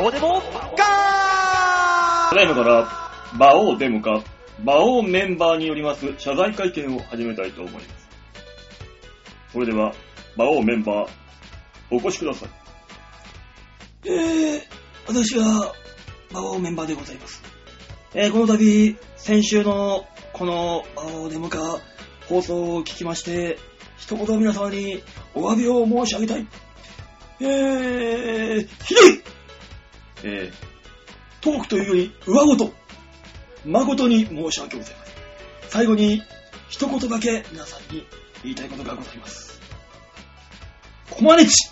王でもただいまから、馬王デモか、馬王メンバーによります謝罪会見を始めたいと思います。それでは、馬王メンバー、お越しください。えー、私は、馬王メンバーでございます。えー、この度、先週の、この、馬王デモカ放送を聞きまして、一言皆様にお詫びを申し上げたい。えー、ひどいえトークというより、上ごと、誠に申し訳ございません。最後に、一言だけ皆さんに言いたいことがございます。コマネチ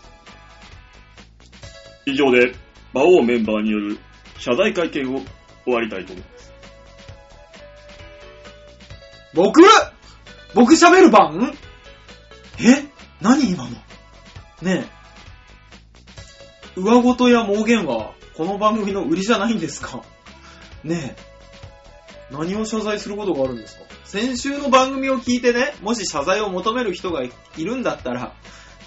ー、以上で、馬王メンバーによる謝罪会見を終わりたいと思います。僕僕喋る番え何今のねえ。上言や盲言は、この番組の売りじゃないんですかねえ。何を謝罪することがあるんですか先週の番組を聞いてね、もし謝罪を求める人がいるんだったら、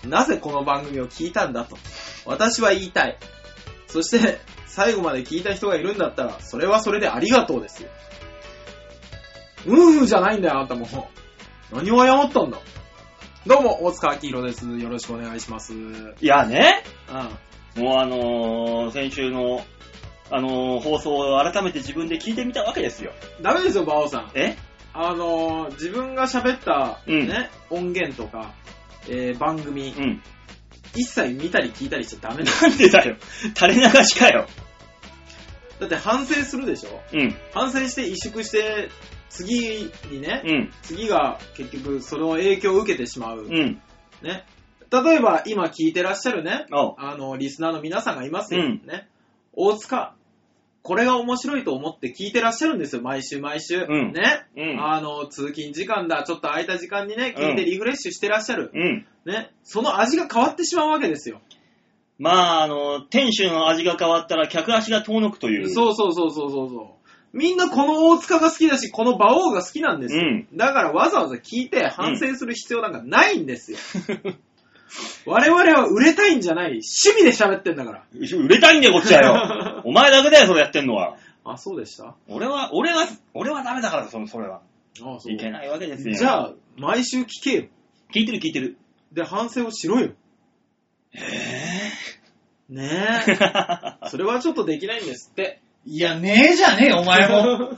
なぜこの番組を聞いたんだと、私は言いたい。そして、最後まで聞いた人がいるんだったら、それはそれでありがとうですよ。うーんじゃないんだよ、あなたも。何を謝ったんだどうも、大塚明宏です。よろしくお願いします。うん。いやね、もうあのー、先週の、あのー、放送を改めて自分で聞いてみたわけですよ。ダメですよ、バオさん。えあのー、自分が喋った、うんね、音源とか、えー、番組、うん。一切見たり聞いたりしちゃダメだよ。なんでだよ。垂れ流しかよ。だって反省するでしょうん、反省して萎縮して、次にね、うん、次が結局その影響を受けてしまう。うん。ね。例えば、今聞いてらっしゃるね、ああの、リスナーの皆さんがいますよ。うんね。大塚、これが面白いと思って聞いてらっしゃるんですよ、毎週毎週。うんね。うん、あの、通勤時間だ、ちょっと空いた時間にね、うん聞いてリフレッシュしてらっしゃる。うん。ね。その味が変わってしまうわけですよ。まあ、あの、店主の味が変わったら客足が遠のくという。う。そうそうそうそうそうそう。みんなこの大塚が好きだし、この馬王が好きなんですよ。うんだからわざわざ聞いて反省する必要なんかないんですよ。 我々は売れたいんじゃない。趣味で喋ってんだから。売れたいんだよ、こっち はよ。お前だけだよ、それやってんのは。あ、そうでした俺は、俺は、俺はダメだから、そのそれは。あそう。いけないわけですよ。じあ、ゃあ、毎週聞けよ。聞いてる聞いて る。で、反省をしろよ。えね え。それはちょっとできないんですって。いや、ねえじゃねえ、お前も。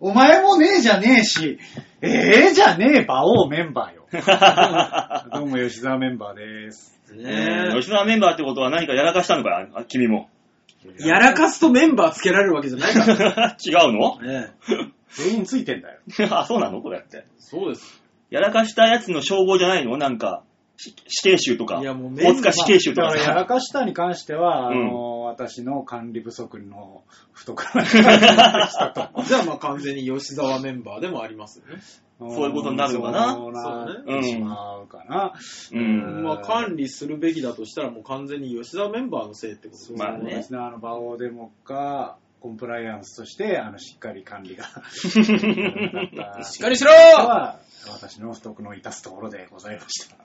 お前もねえじゃねえし、ええじゃねえ、馬王メンバーよ。 どうも、吉沢メンバーです。えねー吉沢メンバーってことは何かやらかしたのかあ君も。 え。やらかすとメンバーつけられるわけじゃないか 違ら。うの ねえ。全員ついてんだよ。あ、そうなのこれって。そうです。やらかしたやつの称号じゃないのなんか、し死刑囚とか。いやもうメンバー大塚死刑囚とだかか、らやさ。らかしたに関しては、あうんの、私の管理不足の懐に入りましたと。じゃあまあ完全に吉沢メンバーでもありますよね。 そういうことになるのかなそうそうなねってしまうかな。うん。まあ管理するべきだとしたらもう完全に吉沢メンバーのせいってことですそうね。まあねですね。あの、場をデモか、コンプライアンスとして、あの、しっかり管 理が。ししっかりしとろは、私の不徳の致すところでございました。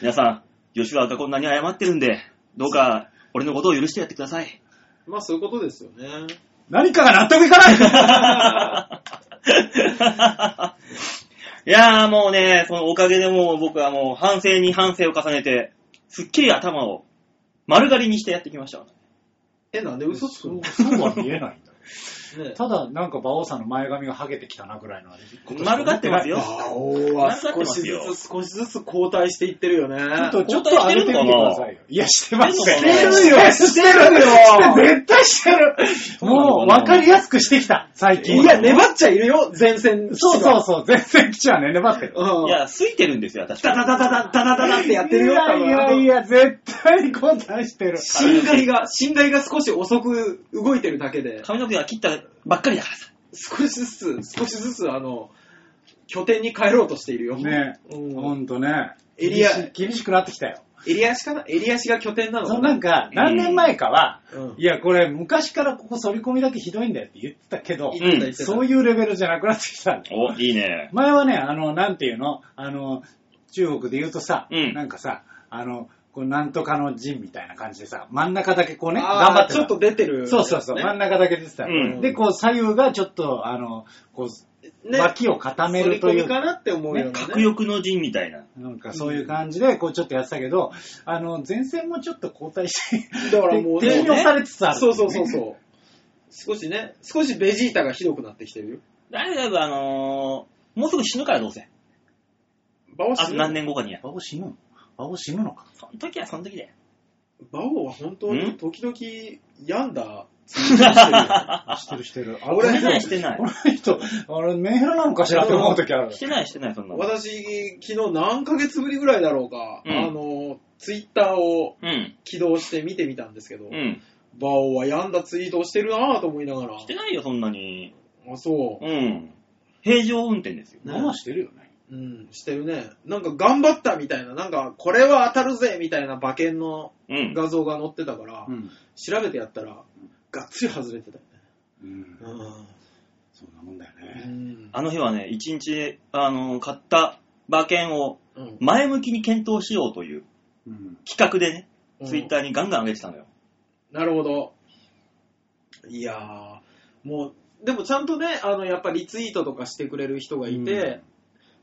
皆さん、吉沢がこんなに謝ってるんで、どうか俺のことを許してやってください。 まあそういうことですよね。何かが納得いかないいやーもうね、そのおかげでもう僕はもう反省に反省を重ねて、すっきり頭を丸刈りにしてやってきました。え、なんで嘘つくのそねうそうは見えないんだよ。えただ、なんか馬王さんの前髪がハゲてきたなぐらいのことしか思丸な刈いってますよ。馬王は少しずつ少しずつ後退していってるよね。ちょっと、ちょっと上げてみてくださいよ。いや、してますしてるよしてるしてる絶対してるもう、わかりやすくしてきた、最近。いや、粘っちゃいるよ、前線。そうそうそう、全然基地はね、粘ってる。うん。いや、すいてるんですよ、私。ダダダダダダダダダってやってるよ、いやいやいや。や、絶対こんなんしてる。侵害が、侵害が少し遅く動いてるだけで、髪の毛は切ったばっかりだからさ。少しずつ、少しずつ、あの、拠点に帰ろうとしているよ。ねうほん。んとね。エリア厳し厳しくなってきたよ。襟足かな襟足が拠点なの そかうななんか、何年前かは、うんいや、これ、昔からここ反り込みだけひどいんだよって言ってたけど、言ってたう言んってたそういうレベルじゃなくなってきたんだよお、いいね。前はね、あの、なんていうのあの、中国で言うとさ、うんなんかさ、あの、ここうなんとかの陣みたいな感じでさ、真ん中だけこうね、あー頑張ってちたょっと出てる、そうそうそう、真ん中だけ出てた、うんで、こう左右がちょっと、あの、こう、ね脇を固めると反いうり込みかなって思うような、ね。核欲の陣みたいな。なんかそういう感じで、こうちょっとやってたけど、あの、前線もちょっと交代して、だからもうね適用されつつある、そうそうそうそう。少しね、少しベジータがひどくなってきてるよ。だいぶだいぶあのー、もうすぐ死ぬからどうせ。バオあ死とぬ何年後かには。馬王死ぬの馬王死ぬのか。その時はその時だよ。バオは本当んに時々病んだツイ ートしてるよ。してるしてる。俺してない、してないこ。の人、あれ、メンヘラなのかしらって思う時あるし。てない、してない、そんなの。私、昨日何ヶ月ぶりぐらいだろうか、うんあの、ツイッターをうん。起動して見てみたんですけど、うん。バオは病んだツイートをしてるなぁと思いながら。してないよ、そんなに。あ、そう。うん。平常運転ですよ。ママしてるよね。うん、してるね。なんか頑張ったみたいな、なんかこれは当たるぜみたいな馬券のうん。画像が載ってたから、ん。調べてやったら、がっつり外れてたよね。うん。うんそんなもんだようね。ん。あの日はね、一日、あのー買った馬券をうん前向きに検討しようといううん。企画でね、うんツイッターにガンガン上げてたのよ。なるほど。いやー、もう、でもちゃんとね、あの、やっぱリツイートとかしてくれる人がいて、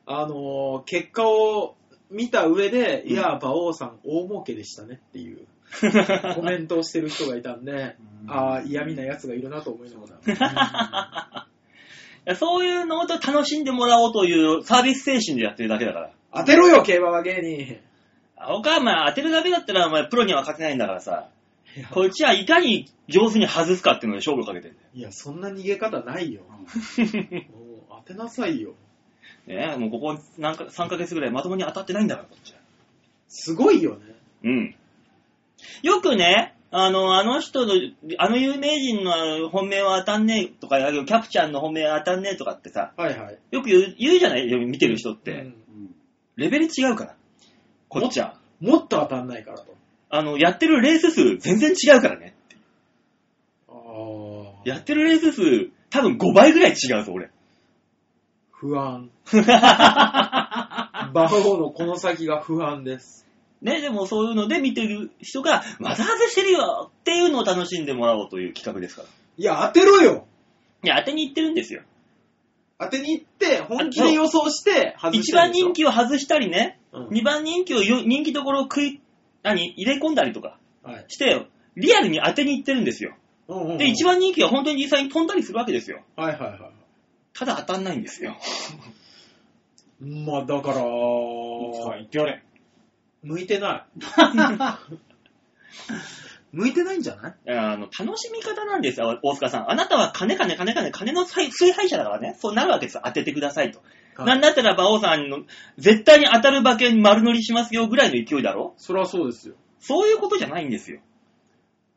あのー、結果を見た上で、うんいやー、馬王さん大儲けでしたねって いう、コメントをしてる人がいたんで、うんあー、嫌味な奴がいるなと思いながら。いやそういうのを楽しんでもらおうというサービス精神でやってるだけだから。 当てろよ、競馬は芸人。あおか、お前当てるだけだったら、お前プロには勝てないんだからさ。こっちはいかに上手に外すかっていうので勝負をかけてるんだよ。いや、そんな逃げ方ないよ。もう当てなさいよ。ねえもうここなんか3ヶ月ぐらいまともに当たってないんだから、こっちは。すごいよね。うん。よくね、あの、あの人の、あの有名人の本命は当たんねえとか、あのキャプちゃんの本命は当たんねえとかってさ、はいはい。よく言う言うじゃない見てる人って。うんうんレベル違うから。こっちは。もっと当たんないからと。あの、やってるレース数全然違うからね。あーやってるレース数、多分5倍ぐらい違うぞ、俺。不 安。バオのこの先が不安です。ね、でもそういうので見てる人が、また外してるよっていうのを楽しんでもらおうという企画ですから。いや、当てろよいや、当てに行ってるんですよ。当てに行って、本気で予想して、外し一てる番でしょ人、気を外したりね、うん二番人気をよ人気どころを食い、何入れ込んだりとかはいして、リアルに当てに行ってるんですよ。うんうんうんで、一番人気は本当に実際に飛んだりするわけですよ。はいはいはただ当たんないんですよ。い。まあだから、はい、言ってやれ。向いてない。 向いてないんじゃないあの、楽しみ方なんですよ、大塚さん。あなたは金金金金金の再崇拝者だからね。そうなるわけですよ。当ててくださいと。はいなんだったら馬王さんの、絶対に当たる馬券丸乗りしますよぐらいの勢いだろそりゃそうですよ。そういうことじゃないんですよ。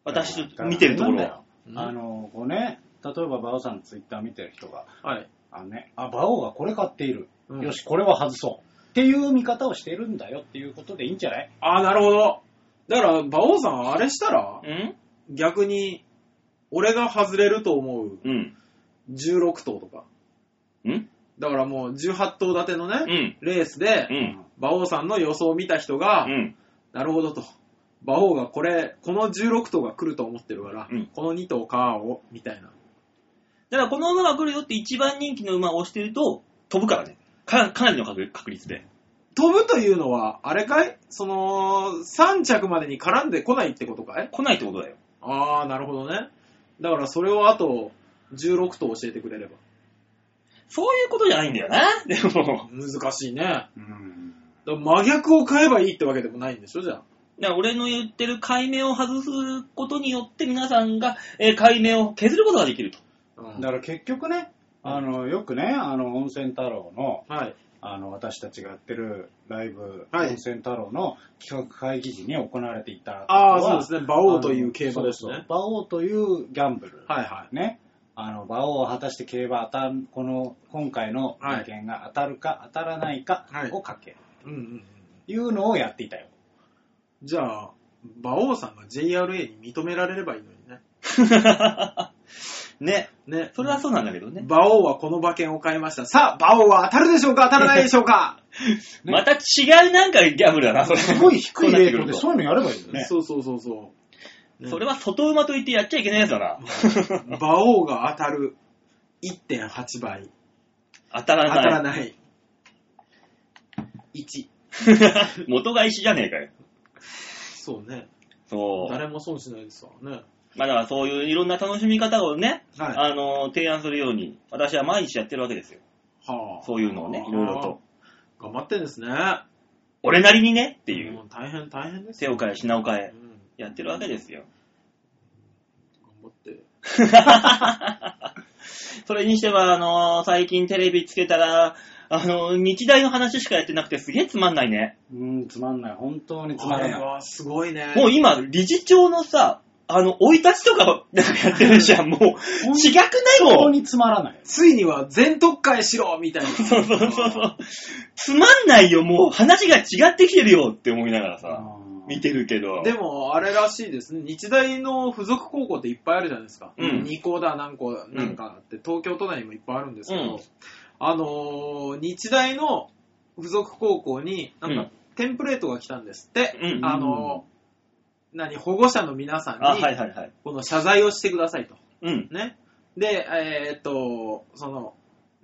私だかとら見てるところなんだはよ。あの、こうね、例えば馬王さんのツイッター見てる人が、はい。あのね、あ、馬王がこれ買っている。うんよし、これは外そう。っていう見方をしてるんだよっていうことでいいんじゃないああ、なるほど。だから、馬王さんはあれしたら、うん逆に、俺が外れると思ううん。 16頭とか。うんだからもう18頭立てのね、うん。レースで、うん。馬王さんの予想を見た人が、うん。なるほどと。馬王がこれ、この16頭が来ると思ってるから、うんこの2頭買おう、みたいな。だからこの馬が来るよって一番人気の馬を押してると、飛ぶからね。かかなりの確確率で。飛ぶというのは、あれかいその、3着までに絡んでこないってことかい来ないってことだよ。あー、なるほどね。だからそれをあと、16頭教えてくれれば。そういうことじゃないんだよな。でも。難しいね。だかうん。ら真逆を買えばいいってわけでもないんでしょ、じゃあ。だから俺の言ってる解明を外すことによって皆さんが、えー、解明を削ることができると。うんだから結局ね、あの、よくね、あの、温泉太郎の、はい。あの、私たちがやってるライブ、はい温泉太郎の企画会議時に行われていたことは。ああ、そうですね。馬王という競馬ですそうそうね。馬王というギャンブル。はいはい。ね。あの、馬王は果たして競馬当たん、この、今回のはい意見が当たるか当たらないかはいをかける、うんうんうん。い、うのをやっていたよ。じゃあ、馬王さんが JRA に認められればいいのにね。 ね。ね。それはそうなんだけどね。馬王はこの馬券を買いました。さあ、馬王は当たるでしょうか当たらないでしょう かねまた違うなんかギャブルだな、それ。すごい低いレートで、そそうういうのやればいいよね。そうそうそうそう。ねそれは外馬と言ってやっちゃいけないやつだな。馬王が当たる1.8倍。当た当たららなない。い。1。 元が一緒じゃねえかよ。そうね。そう。誰も損しないですからね。まあだからそういういろんな楽しみ方をね、はいあの、提案するように、私は毎日やってるわけですよ。はあ。そういうのをね、いろいろと。頑張ってんですね。俺なりにねっていう、も大変大変です手よ。を変え品を変うえ、ん。やってるわけですよ。頑張って。 それにしては、あの、最近テレビつけたら、あの、日大の話しかやってなくてすげえつまんないね。うん、つまんない。本当につまあられない。はすごいね。もう今、理事長のさ、あの、生い立ちとか、なんかやってる じゃん。もう、違くない本も当ん。につまらない。ついには全特会しろみたいな。 そうそうそうそう。つまんないよ、もう話が違ってきてるよって思いながらさ、見てるけど。でも、あれらしいですね。日大の付属高校っていっぱいあるじゃないですか。うん二校だ、何校だ、なんかって、東京都内にもいっぱいあるんですけど、うんあのー日大の付属高校に、なんうんか、テンプレートが来たんですって、うんあのー何、保護者の皆さんに、あ、はいはいはい。この謝罪をしてくださいと。うん。ね。で、えーっと、その、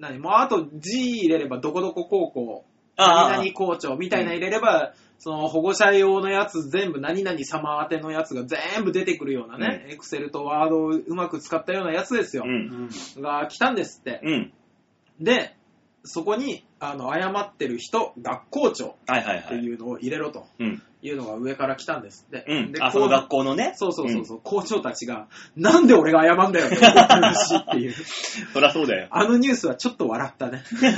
何、もうあと G 入れれば、どこどこ高校、ああ何々校長みたいな入れれば、その保護者用のやつ全部、何々様宛てのやつが全部出てくるようなね、エクセルとワードをうまく使ったようなやつですよう、。うんん。が来たんですって。うん。で、そこに、あの、謝ってる人、学校長はいはいってはい。いうのを入れろとうん。いうのが上から来たんですって。うんで。あ、そこのう学校のね。そうそうそうそう、校長たちが、なんで俺が謝んだよって思ってるらしいっていう。そりゃそうだよ。あのニュースはちょっと笑ったね。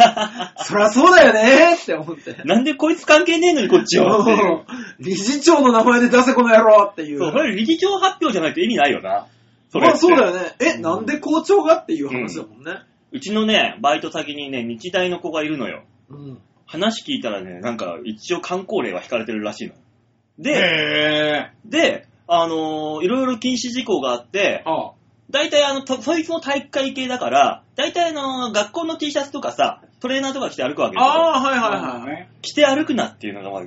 そりゃそうだよねーって思って。なんでこいつ関係ねえのにこ っちをっていう。理事長の名前で出せこの野郎っていう。そう、それ理事長発表じゃないと意味ないよな。それまってあそうだよね。え、なんで校長がっていう話だもんね。うちのね、バイト先にね、日大の子がいるのよ。うん。話聞いたらね、なんか一応観光令は引かれてるらしいの。で、へで、あのーいろいろ禁止事項があって、ああ。大体あの、とそいつも体育会系だから、大体あのー学校の T シャツとかさ、トレーナーとか着て歩くわけですよ。ああ、はいぇはいはい。い。着て歩くなっていうのがまあ、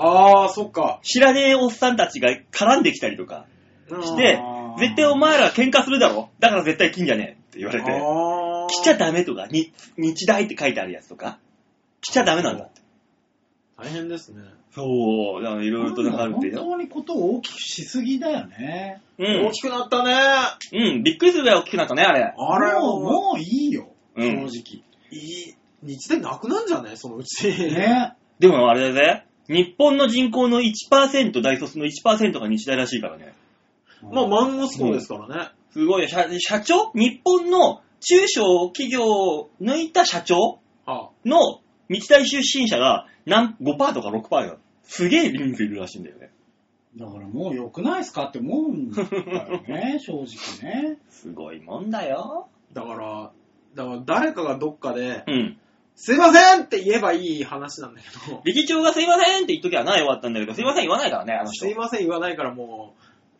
ああ、そっか。知らねえおっさんたちが絡んできたりとかしてあ、ー絶対お前ら喧嘩するだろ。だから絶対金じゃねえって言われて。ああ。来ちゃダメとか、に日大って書いてあるやつとか、来ちゃダメなんだって。大変ですね。そう、だからいろいろとなんかあるって本当にことを大きくしすぎだよね。うん大、きくなったね。うん、びっくりするぐらい大きくなったね、あれ。あれもう、ももういいよ。う正ん。直。う、いい。日大なくなんじゃねそのうち。ね。でもあれだぜ、日本の人口の1%、大卒の1%が日大らしいからね。 まあ、マンゴスコですからね。すごいよ、社社長日本の中小企業を抜いた社長はの日大出身者がなん5%とか6%よ。すげえ人数いるらしいんだよね。だからもう良くないですかって思うんだよ ね、正直ね。すごいもんだよ。あ。だから、だから誰かがどっかで、うん。すいませんって言えばいい話なんだけど。理事長がすいませんって言っときゃな、終わったんだけど、すいません言わないからね、あの人。すいません言わないからも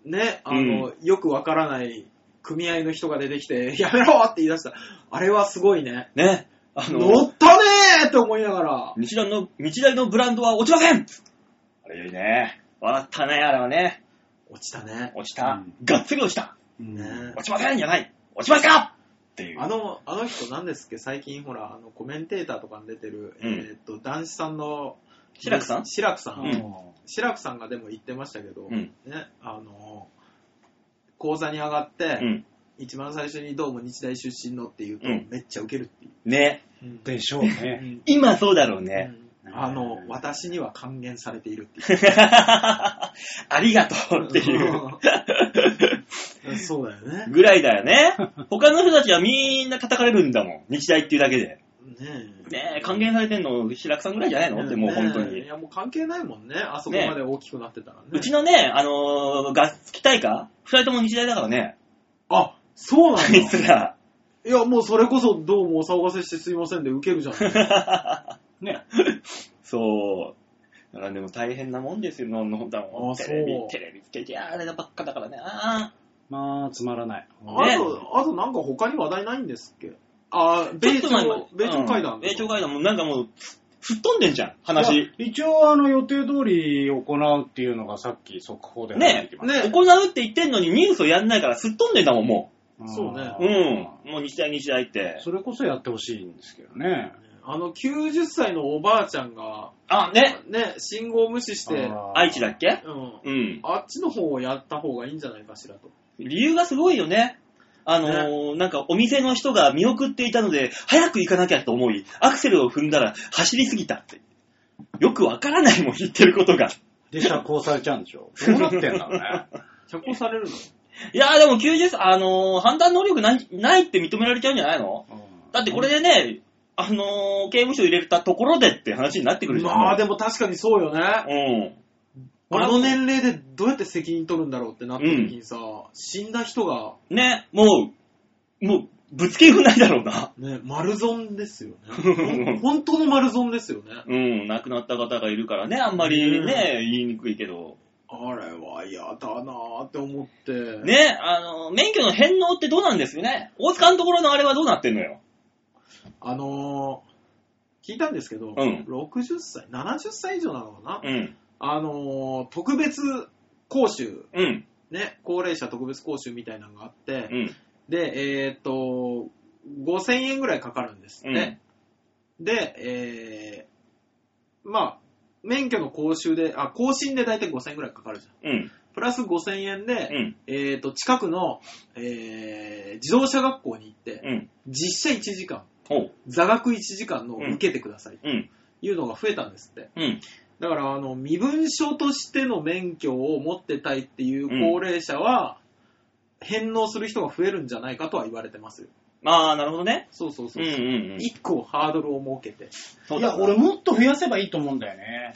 う、ね、あの、よくわからない組合の人が出てきて、 やめろって言い出した。あれはすごいね。ね。あ乗の、ったねーって思いながら。日大の、日大のブランドは落ちませんあれいいね。笑ったね、あれはね。落ちたね。落ちたうん。がっつり落ちた。うんね落ちませんじゃない。落ちますかっていう。あの、あの人なんですっけ最近ほら、あの、コメンテーターとかに出てる、うんえーっと、男子さんの、志らくさん志らくさあん。の志らくさんがでも言ってましたけど、うんね、あの、講座に上がっうて、ん。一番最初にどうも日大出身のって言うと、うんめっちゃウケるっていう。ね。うんでしょうね。うん今そうだろうね。うんあの、私には還元されているっていう。ありがとうって いう。そうだよね。ぐらいだよね。他の人たちはみんな叩かれるんだもん。日大っていうだけで。ねえ。ねえ、還元されてんの、志らくさんぐらいじゃないのってもう本当ねにえい。や、もう関係ないもんね。あそこまで大きくなってたらね。うちのね、あのー、ガス期待か二人とも日大だからね。あ、そうあ なんいだ。つら。いや、もうそれこそどうもお騒がせしてすいませんで受ける じゃん。ね。そう。だからでも大変なもんですよ、のんのんだもんあテレビそうテレビつけて、あればっかだからね。あまあ、つまらない。あと、あとなんか他に話題ないんですっけあー、米朝ちょっと前まで、米朝会う談んで米すか。朝会談もなんかもう、ふ吹っ飛んでんじゃん、い話や。一応、あの、予定通り行うっていうのがさっき速報で入ってきまねし行うって言ってんのにニュースをやんないからすっ飛んでんだもん、もた。ねそうねう。うん。もう日大日大って。それこそやってほしいんですけどね。あの、90歳のおばあちゃんが、あ、ね。ね、信号無視して、あー愛知だっけうん。うん。あっちの方をやった方がいいんじゃないかしらと。理由がすごいよね。あのーなんかお店の人が見送っていたので、早く行かなきゃと思い、アクセルを踏んだら走りすぎたって。よくわからないもん、言ってることが。で、釈放されちゃうんでしょ。どうなってんだろうね。 釈放されるのいやーでも90歳、あのー判断能力ないないって認められちゃうんじゃないのうんだってこれでね、あのー刑務所入れたところでって話になってくるじゃん。まあでも確かにそうよね。うん。あの年齢でどうやって責任取るんだろうってなった時にさ、死んだ人が、ね、もう、もう、ぶつけようないだろうな。ね、丸損です よね。本当の丸損ですよね。うん、亡くなった方がいるからね、あんまりね、言いにくいけど。あれは嫌だなーって思って。ね。ね、あの、免許の返納ってどうなんですよね。大塚のところのあれはどうなってんのよ。あのー、聞いたんですけど、うん60歳、70歳以上なのかな、うん、あのー、特別講習、うん、ね、高齢者特別講習みたいなのがあって、うん、で、えーっと、5000円ぐらいかかるんですって。うんで、えー、まあ、免許の講習で、あ、更新で大体5000円ぐらいかかるじゃん。うん、プラス5000円で、うん、えー、と、近くの、えー、自動車学校に行って、うん、実写1時間、ほう、座学1時間のうん受けてくださいとうん、いうのが増えたんですって。うん、だから、あの、身分証としての免許を持ってたいっていう高齢者は、返納する人が増えるんじゃないかとは言われてますよ。まあ、なるほどね。そうそううそん、う。うん、うん。一個ハードルを設けて。そういだや、俺もっと増やせばいいと思うんだよね。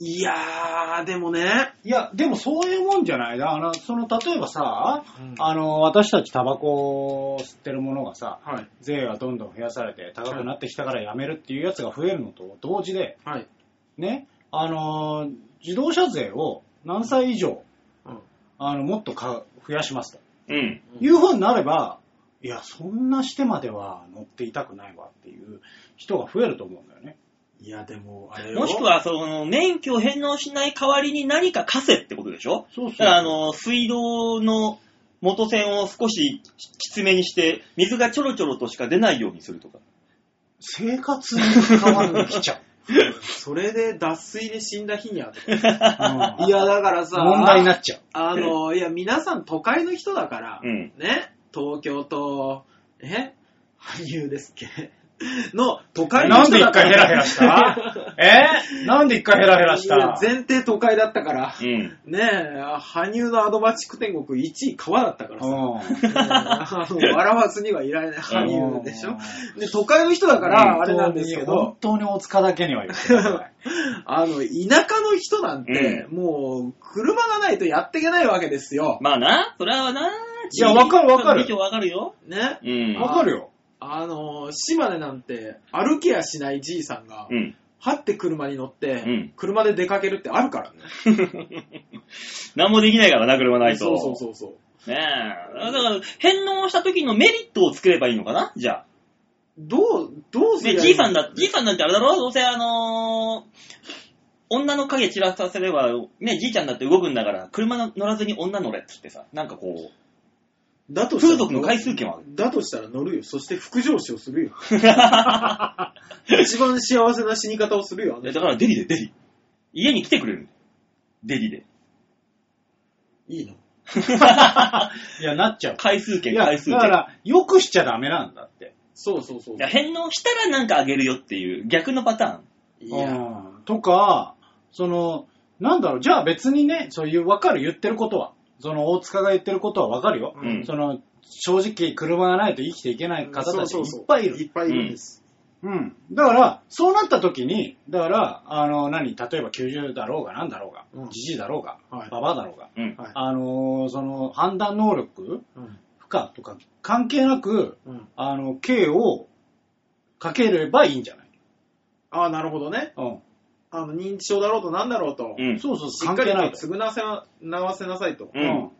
いやー、でもね、いや、でもそういうもんじゃない。だから、その、例えばさ、うんあの、私たちタバコを吸ってるものがさ、はい。税がどんどん増やされて高くなってきたからやめるっていうやつが増えるのと同時で、はい。ね、あのー自動車税を何歳以上、うんあの、もっとか増やしますとうん、いうふうになれば、いや、そんなしてまでは乗っていたくないわっていう人が増えると思うんだよね。いや、でも、あれよもしく、は、その、免許を返納しない代わりに何か貸せってことでしょそうそだうから、あの、水道の元栓を少しきつめにして、水がちょろちょろとしか出ないようにするとか。生活に関わるきち ゃう。それで脱水で死んだ日にあって。うんいや、だからさ、問題になっちゃう。あの、いや、皆さん都会の人だから、うん。ね、東京と、え羽生ですっけ の都会のなん人でだ一か回ら。ヘラヘラした えなんで一回ヘラヘラしいやた前提都会だったから。うん。ねえ、羽生のアドバチック天国1位川だったからさ。 うねえ あの笑わずにはいられないん羽生でしょで、都会の人だから、あれなんですけど本、当に大塚だけには言ってください。あの、田舎の人なんて、もう、車がないとやっていけないわけですよ。まあな、それはな、いやわかるわかる一応わかるよ。ね。うん。わかるよ。あの、島根なんて、歩きやしないじいさんがう、ん。はって車に乗っうてん、車で出かけるってあるからね。何もできないからな、車ないそと。うそうそうそう。ねえ。だから、返納した時のメリットを作ればいいのかなじゃあ。どう、どうすね、るじいさんだ、じいさんなんてあれだろどうせあのー女の影散らさせれば、ね、じいちゃんだって動くんだから、車乗らずに女乗れっつってさ、なんかこう、だとしたら風俗の回数券はある。だとしたら乗るよ。そして副上司をする よ。一番幸せな死に方をするよ。あのえ人だからデリで、デリ。家に来てくれる。デ リで。いいのいや、なっちゃう。回数い券、や、回だ数か券。ら、よくしちゃダメなんだって。そうそうそうい。や返納したらなんかあげるよっていう、逆のパターン。いや、うんとか、その、なんだろう、じゃあ別にね、そういう、わかる、言ってることは。その、大塚が言ってることはわかるよ。うんその、正直、車がないと生きていけない方たちそいうそうそうっぱいいる。いっぱいいるんです。うん。だから、そうなった時に、だから、あの、何、例えば90だろうが、なんだろうがう、んじじいだろうが、はいばばあだろうが、うん。はいあのーその、判断能力、うん負荷とか、関係なく、うんあの、刑をかければいいんじゃないああ、なるほどね。うん。あの、認知症だろうとなんだろうと、うん。そうそう、しっ関かり係ないとと。償わせな、なわせなさいと。うん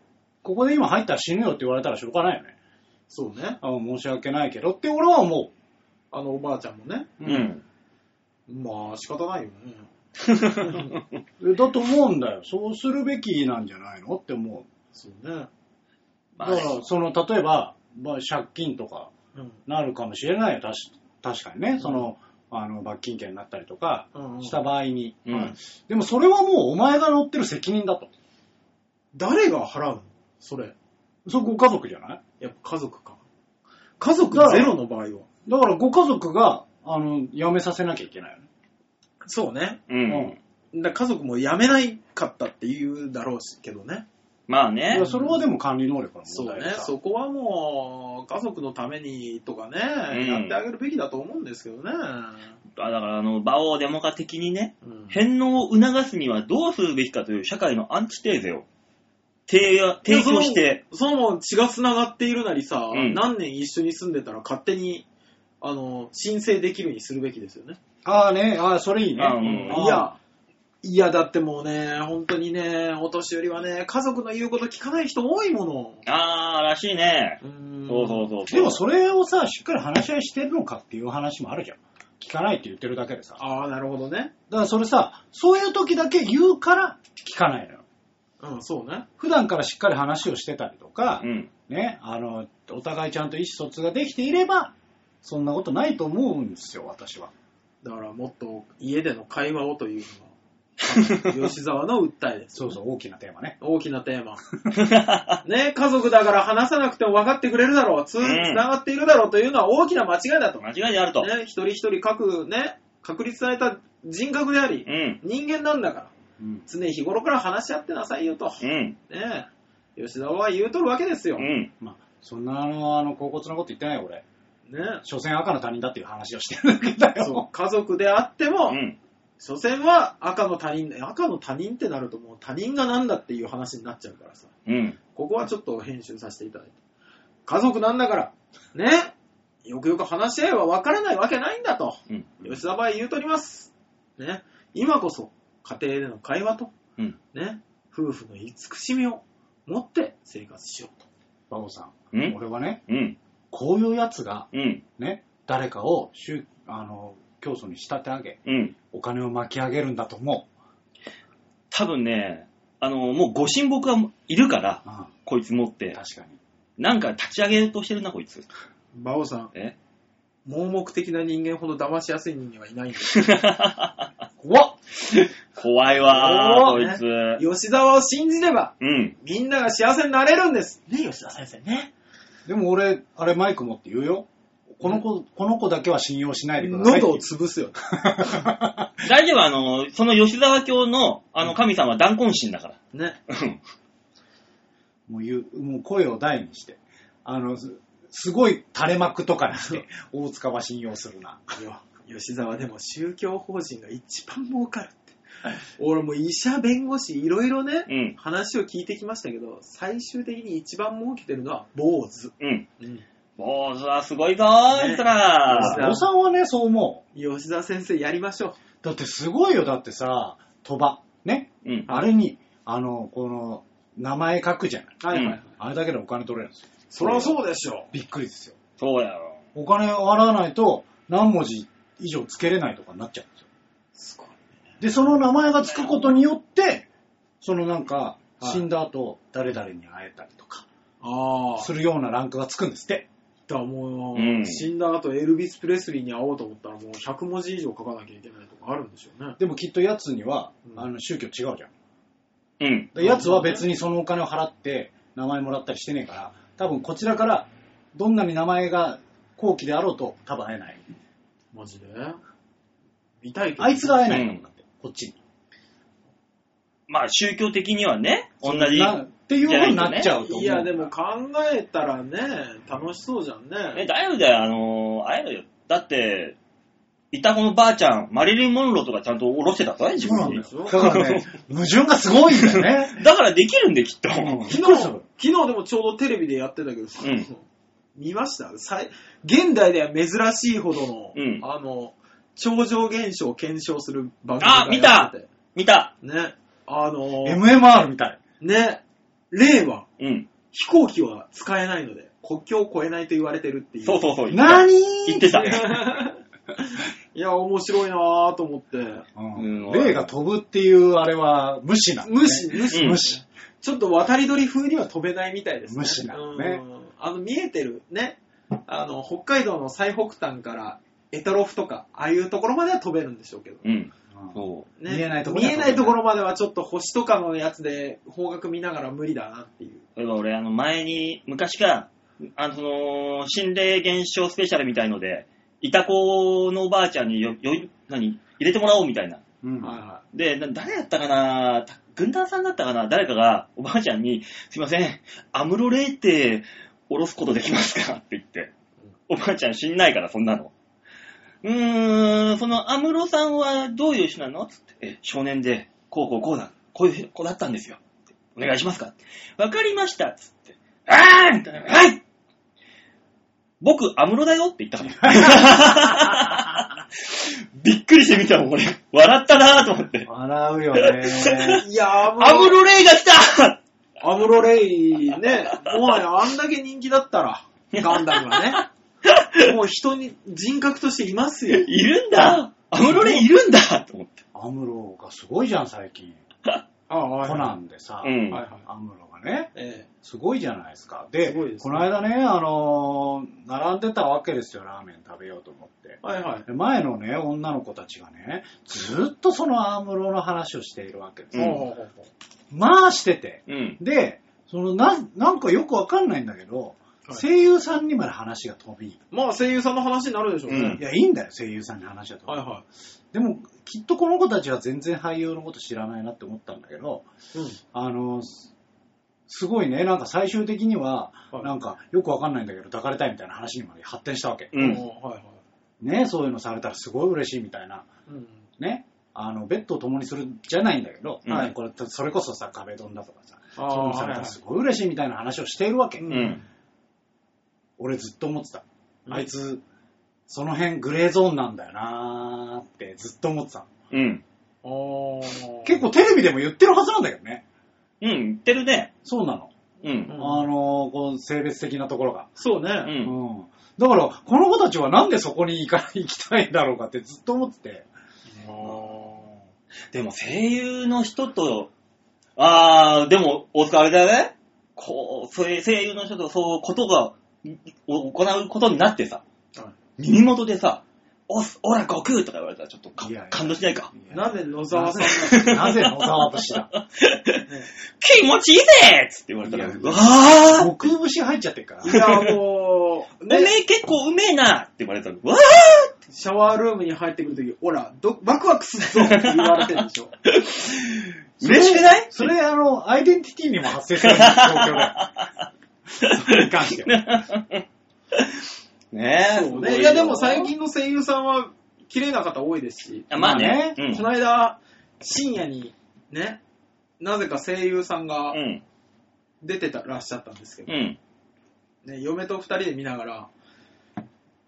ここで今入ったら死ぬよって言われたらしょうがないよね。そうね。あ申し訳ないけどって俺は思あのおばあちゃんもね。う。うん。まあ仕方ないよね。うん。だと思うんだよ。そうするべきなんじゃないのって思そうね。う。だから、その、例えば、まあ、借金とかうん。なるかもしれないよ。たし確かにね。その、あの、罰金刑になったりとか、うんうんした場合に。うん。でもそれはもうお前が乗ってる責任だと。誰が払うのそれ。そこご家族じゃないやっぱ家族か。家族ゼロの場合は。だからご家族が、あの、辞めさせなきゃいけないよね。そうね。う。。うんだから家族も辞めないかったって言うだろうしけどね。まあいねや。それはでも管理能力のそ問う題ねで。さそこはもう、家族のためにとかね、んやってあげるべきだと思うんですけどね。あだから、あの、馬王デモ化的にね、うん返納を促すにはどうするべきかという社会のアンチテーゼを提案提供して、そのそのもん血が繋がっているなりさ、うん何年一緒に住んでたら勝手に、あの、申請できるようにするべきですよね。ああね、ああ、それいいね。あうんああいや、いや、だってもうね、本当にね、お年寄りはね、家族の言うこと聞かない人多いもの。あー、らしいね。うんそうそうそう。でもそれをさ、しっかり話し合いしてるのかっていう話もあるじゃん。聞かないって言ってるだけでさ。だかああ、なるほどね。らそれさ、そういう時だけ言うから聞かないのよ。うん、そうね。普段からしっかり話をしてたりとかう、ん。ね、あの、お互いちゃんと意思疎通ができていれば、そんなことないと思うんですよ、私は。だからもっと家での会話をという のは、吉沢の訴えです。そうそう、大きなテーマね。大きなテーマ。 ね、家族だから話さなくても分かってくれるだろう、つ、うん繋がっているだろうというのは大きな間違いだと。ね、間違いであると。一人一人各、ね、確立された人格でありう、ん。人間なんだから、うん。常日頃から話し合ってなさいよと。うん。ねえ、吉沢は言うとるわけですよ。うねん。まあ、そんなあの、あの、高骨なこと言ってないよ、俺。え、所詮赤の他人だっていう話をしてるだけ だよ。そう、家族であっても、うん。所詮は赤の他人、赤の他人ってなるともう他人がなんだっていう話になっちゃうからさ、うん。ここはちょっと編集させていただいて。家族なんだから、ねえ、よくよく話し合えば分からないわけないんだと、うん吉沢は言うとります。ね、今こそ家庭での会話と、うん。ね、夫婦の慈しみを持って生活しようと。バオさ、うんん俺はね、うん。こういうやつが、うん。ね、誰かを宗あの教祖に仕立て上げ、うん。お金を巻き上げるんだと思う。多分ね、あの、もうご神木がいるから、うん、こいつ持って。確かに。ななんんか立ち上げようとしてるな、こいつ。馬王さん、え盲目的な人間ほど騙しやすい人間はいないん です。怖っ怖いわー、おこーいつ。吉沢を信じれば、うん。みんなが幸せになれるんです。ね、吉沢先生ね。でも俺、あれマイク持って言うよ。この子、この子だけは信用しないでください。喉を潰すよ。大丈夫、あの、その吉沢教の、あの、神様は断魂神だから。ね。うんもう言う、もう声を大にして。あの、すすごい垂れ幕とか にして、大塚は信用するな。吉沢でも宗教法人が一番儲かるって。俺も医者、弁護士、いろいろね、うん話を聞いてきましたけど、最終的に一番儲けてるのは坊主。うん。うん、坊主はすごいぞー、あいつら。ねおさんはね、そう思う。吉沢先生やりましょだってすごいよ、だってさ、鳥羽。ね。うん。あれに、あの、この、名前書くじゃない。う。はいはい。うんあれだけでお金取れるんですよ。そりゃそうでしょびっくりですよ。そうやろ。お金を払わないと何文字以上つけれないとかになっちゃうんですよ。う。すごい。で、その名前がつくことによって、そのなんか、はい死んだ後、誰々に会えたりとか、ああ。するようなランクがつくんですって。だからもう、うん死んだ後エルビス・プレスリーに会おうと思ったらもう100文字以上書かなきゃいけないとかあるんでしょうね。でもきっと奴にはう、んあの、宗教違うじゃん。うん。で奴は別にそのお金を払って、名前もらったりしてねえから、多分こちらから、どんなに名前が後期であろうと、多分会えない。マジで見たいけど。あいつが会えないんだもんだって、こっちに。まあ、宗教的にはね、同じ。なっていうようになっちゃうと思う。いや、でも考えたらね、楽しそうじゃんえ、ね。だよだよ、あのー、あれよ。だって、いたこのばあちゃん、マリリン・モンローとかちゃんと下ろしてたぞ、自そうな分んだによ。。だからね、矛盾がすごいんだよね。だからできるんで、きっと。うん昨日、昨日でもちょうどテレビでやってたけどさ、うん見ました最現代では珍しいほどの、うんあの、超常現象を検証する番組あ見たやってて見た。ね。あのー MMR みたい。ね、令和、うん。飛行機は使えないので、国境を越えないと言われてるっていう。そうそうそう。なに言って た。いや、面白いなぁと思って。うん霊が飛ぶっていうあれは無視なのね、無視、無視、うん無視。ちょっと渡り鳥風には飛べないみたいですね。無視なのねうん。あの、見えてるね。あの、北海道の最北端から、エタロフとか、ああいうところまでは飛べるんでしょうけど。うん。うんそね見えないところ見えないところまではちょっと星とかのやつで方角見ながら無理だなっていう。う。例えば俺、あの、前に、昔から、あの、その、心霊現象スペシャルみたいので、イタコのおばあちゃんによ、よい、何入れてもらおうみたいな。うんはいはで、な誰やったかなた軍団さんだったかな誰かが、おばあちゃんに、すいません、アムロレイって、おろすことできますかって言って。おばあちゃん死んないから、そんなの。うーん、そのアムロさんはどういう人なのつって、え少年で、こうこうこうだ、こういう子だったんですよ。お願いしますかわかりましたつって、あーみたいな、はい僕、アムロだよって言ったから。びっくりしてみたもん、俺。笑ったなーと思って。笑うよね。 い。いやー、アムロレイが来たアムロレイね、もはやあんだけ人気だったら、ガンダムはね。 もう人に、人格としていますよ。いるんだアムロレイいるんだと思って。アムロがすごいじゃん、最近。ああ、はコナンでさ、うんはいはい。アムロがね、えすごいじゃないですか。で、すごいですこねの間ね、あのー並んでたわけですよ、ラーメン食べようと思ってえ。はいはい。で前のね、女の子たちがね、ずっとそのアムロの話をしているわけですうんよ。ほうほうほうほうまあしてて。うん。で、そのな、なんかよくわかんないんだけど、はい声優さんにまで話が飛び、まあ声優さんの話になるでしょうね。うんいや、いいんだよ、声優さんに話が飛はび。いはでも、きっとこの子たちは全然俳優のこと知らないなって思ったんだけど、い。うんあの、すすごいね、なんか最終的には、はいなんかよくわかんないんだけど抱かれたいみたいな話にまで発展したわけ。うおん。ーはいはい。ね、そういうのされたらすごい嬉しいみたいな。うん。ね。あの、ベッドを共にするじゃないんだけど、うんはいこれそれこそさ、壁ドンだとかさ、あそういうあのされたらはいすごい嬉しいみたいな話をしているわけ。うんうん。俺ずっと思ってた。うんあいつ、その辺グレーゾーンなんだよなーってずっと思ってた。うん。はいあー結構テレビでも言ってるはずなんだけどね。うん。言ってるね。そうなの。うん。うんあのーこの性別的なところが。そうね。う。うんん。だから、この子たちはなんでそこに行か、行きたいんだろうかってずっと思ってて。あーでも声優の人と、あー、でも、大塚あれだよねこう、そういう声優の人とそう、ことが、お行うことになってさ、は耳元でさ、おす、おら、悟空とか言われたらちょっとかいやいや感動しないか。なぜ野沢さんなぜ野沢節だ 気持ちいいぜっつって言われたら、いやうわー悟空節入っちゃってるから。いや、もう、おめね、え結構うめえなって言われたら、うわシャワールームに入ってくるとき、ほら、ど、ワクワクするぞって言われてるでしょ。ー嬉しくないそれ、あの、アイデンティティにも発生するんです、東京で。それに関しては。ね え、そうね。いや、でも最近の声優さんは、綺麗な方多いですし、あまあね。まうんこの間、深夜に、ね、なぜか声優さんがうん。出てたらっしゃったんですけどう、ん。ね、嫁と二人で見ながら、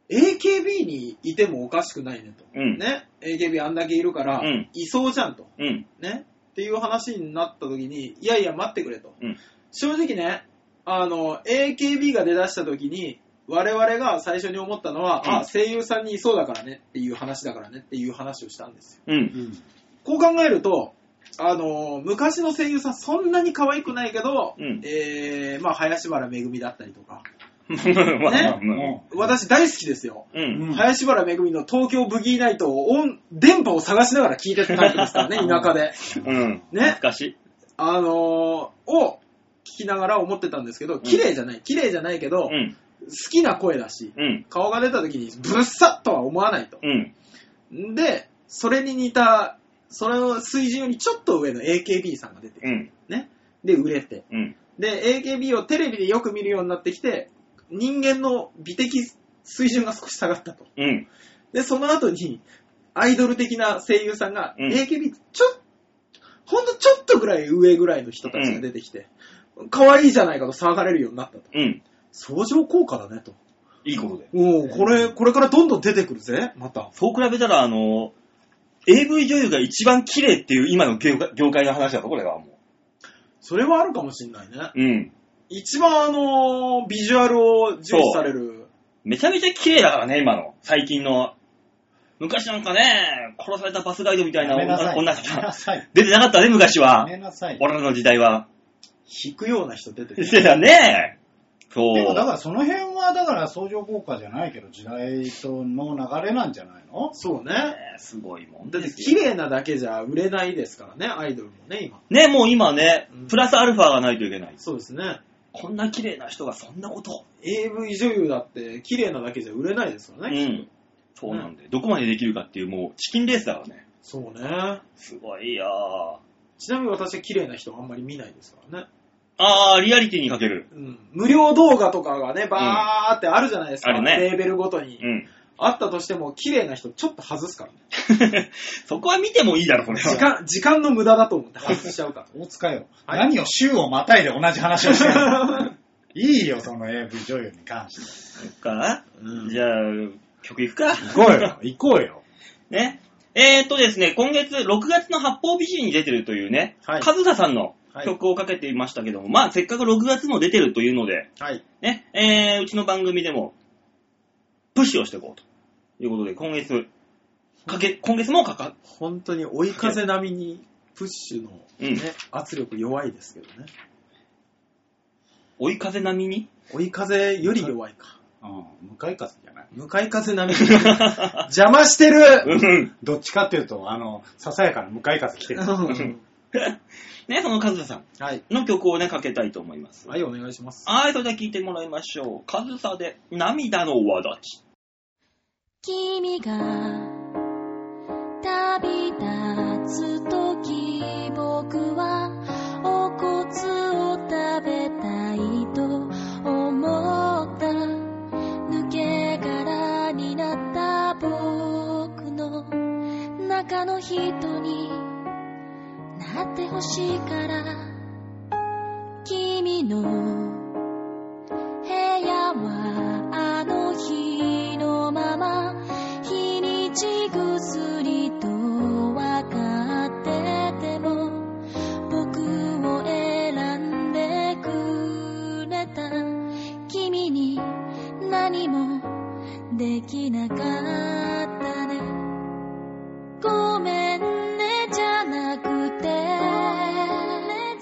AKB にいてもおかしくないねと。うんね、AKB あんだけいるから、うんいそうじゃんと。うん。ね、っていう話になった時に、いやいや待ってくれと。うん正直ね、あの、AKB が出だした時に、我々が最初に思ったのは、うんあ、声優さんにいそうだからねっていう話だからねっていう話をしたんですよ。うん。こう考えると、あの、昔の声優さんそんなに可愛くないけど、うんえー、まあ、林原めぐみだったりとか、 まあまあねうまあん私大好きですよ。うん。うん林原めぐみの東京ブギーナイトをオン電波を探しながら聞いてたタイプですからね、田舎で。うん。ね、懐かしい。あのーを聞きながら思ってたんですけど、綺麗じゃない、綺麗じゃないけど、う好ん。きな声だし、うん。顔が出た時にぶっさっとは思わないと。うん。で、それに似た、その水準よりちょっと上の AKB さんが出て、うん。ね。で、売れて。うん。で、AKB をテレビでよく見るようになってきて、人間の美的水準が少し下がったと。うん。で、その後に、アイドル的な声優さんが、うん AKB ちょ、ほんとちょっとぐらい上ぐらいの人たちが出てきて、可愛いじゃないかと騒がれるようになったと。うん。相乗効果だねと。いいことだよ。もう、これ、これからどんどん出てくるぜ、また。そう比べたら、あの、AV 女優が一番綺麗っていう今の業界業界の話だと、これはもそれはあるかもしんないね。う。うん。一番あのービジュアルを重視される。めちゃめちゃ綺麗だからね、今の。最近の。昔なんかね、殺されたバスガイドみたいなやめなさい。女やめながさい。出てなかったね、昔やは。めなさい。俺らの時代は。引くような人出て出る。てたね。そう。でもだからその辺は、だから相乗効果じゃないけど、時代との流れなんじゃないのそうね。ねすごいもんだでってすよ綺麗なだけじゃ売れないですからね、アイドルもね、今。ね、もう今ねうん、プラスアルファがないといけない。そうですね。こんな綺麗な人がそんなこと。 AV 女優だって綺麗なだけじゃ売れないですからうね。ん。そうなんだよ。どこまでできるかっていう、もう、チキンレースだからね。そうね。すごいよちなみに私は綺麗な人はあんまり見ないですからね。あー、リアリティにかける。うん。無料動画とかがね、バーってあるじゃないですか。あるねレーベルごとに。 うん。あったとしても、綺麗な人ちょっと外すからね。そこは見てもいいだろ、これ時は。間、時間の無駄だと思って外しちゃうから。大塚よ。はい何を週をまたいで同じ話をして るのいいよ、その AV 女優に関して。そっかうんじゃあ、曲いくか。行こうよ、 行こうよ。ね。えーっとですね、今月6月の八方美人に出てるというね、はいカズサさんのはい曲をかけていましたけども、まあせっかく6月も出てるというので、はい。ね、えーうちの番組でも、プッシュをしていこうということで、今月、かけ、今月もかか、本当に追い風並みに、プッシュの、う んね、圧力弱いですけどね。追い風並みに追い風より弱いか。うん、向かい風じゃない向かい風並み に。邪魔してるうん。どっちかっていうと、あの、ささやかな向かい風来てる。うん ね、そのカズサさはい。んの曲をね、かけたいと思います。はい、お願いします。はい、それでは聴いてもらいましょう。カズサで涙の輪立ち。君が旅立つ時僕はお骨を食べたいと思った抜け殻になった僕の中の人になってほしいから君の部屋はあの日のまま日にち薬と分かってても僕を選んでくれた君に何もできなかったねごめんねじゃなくて、じ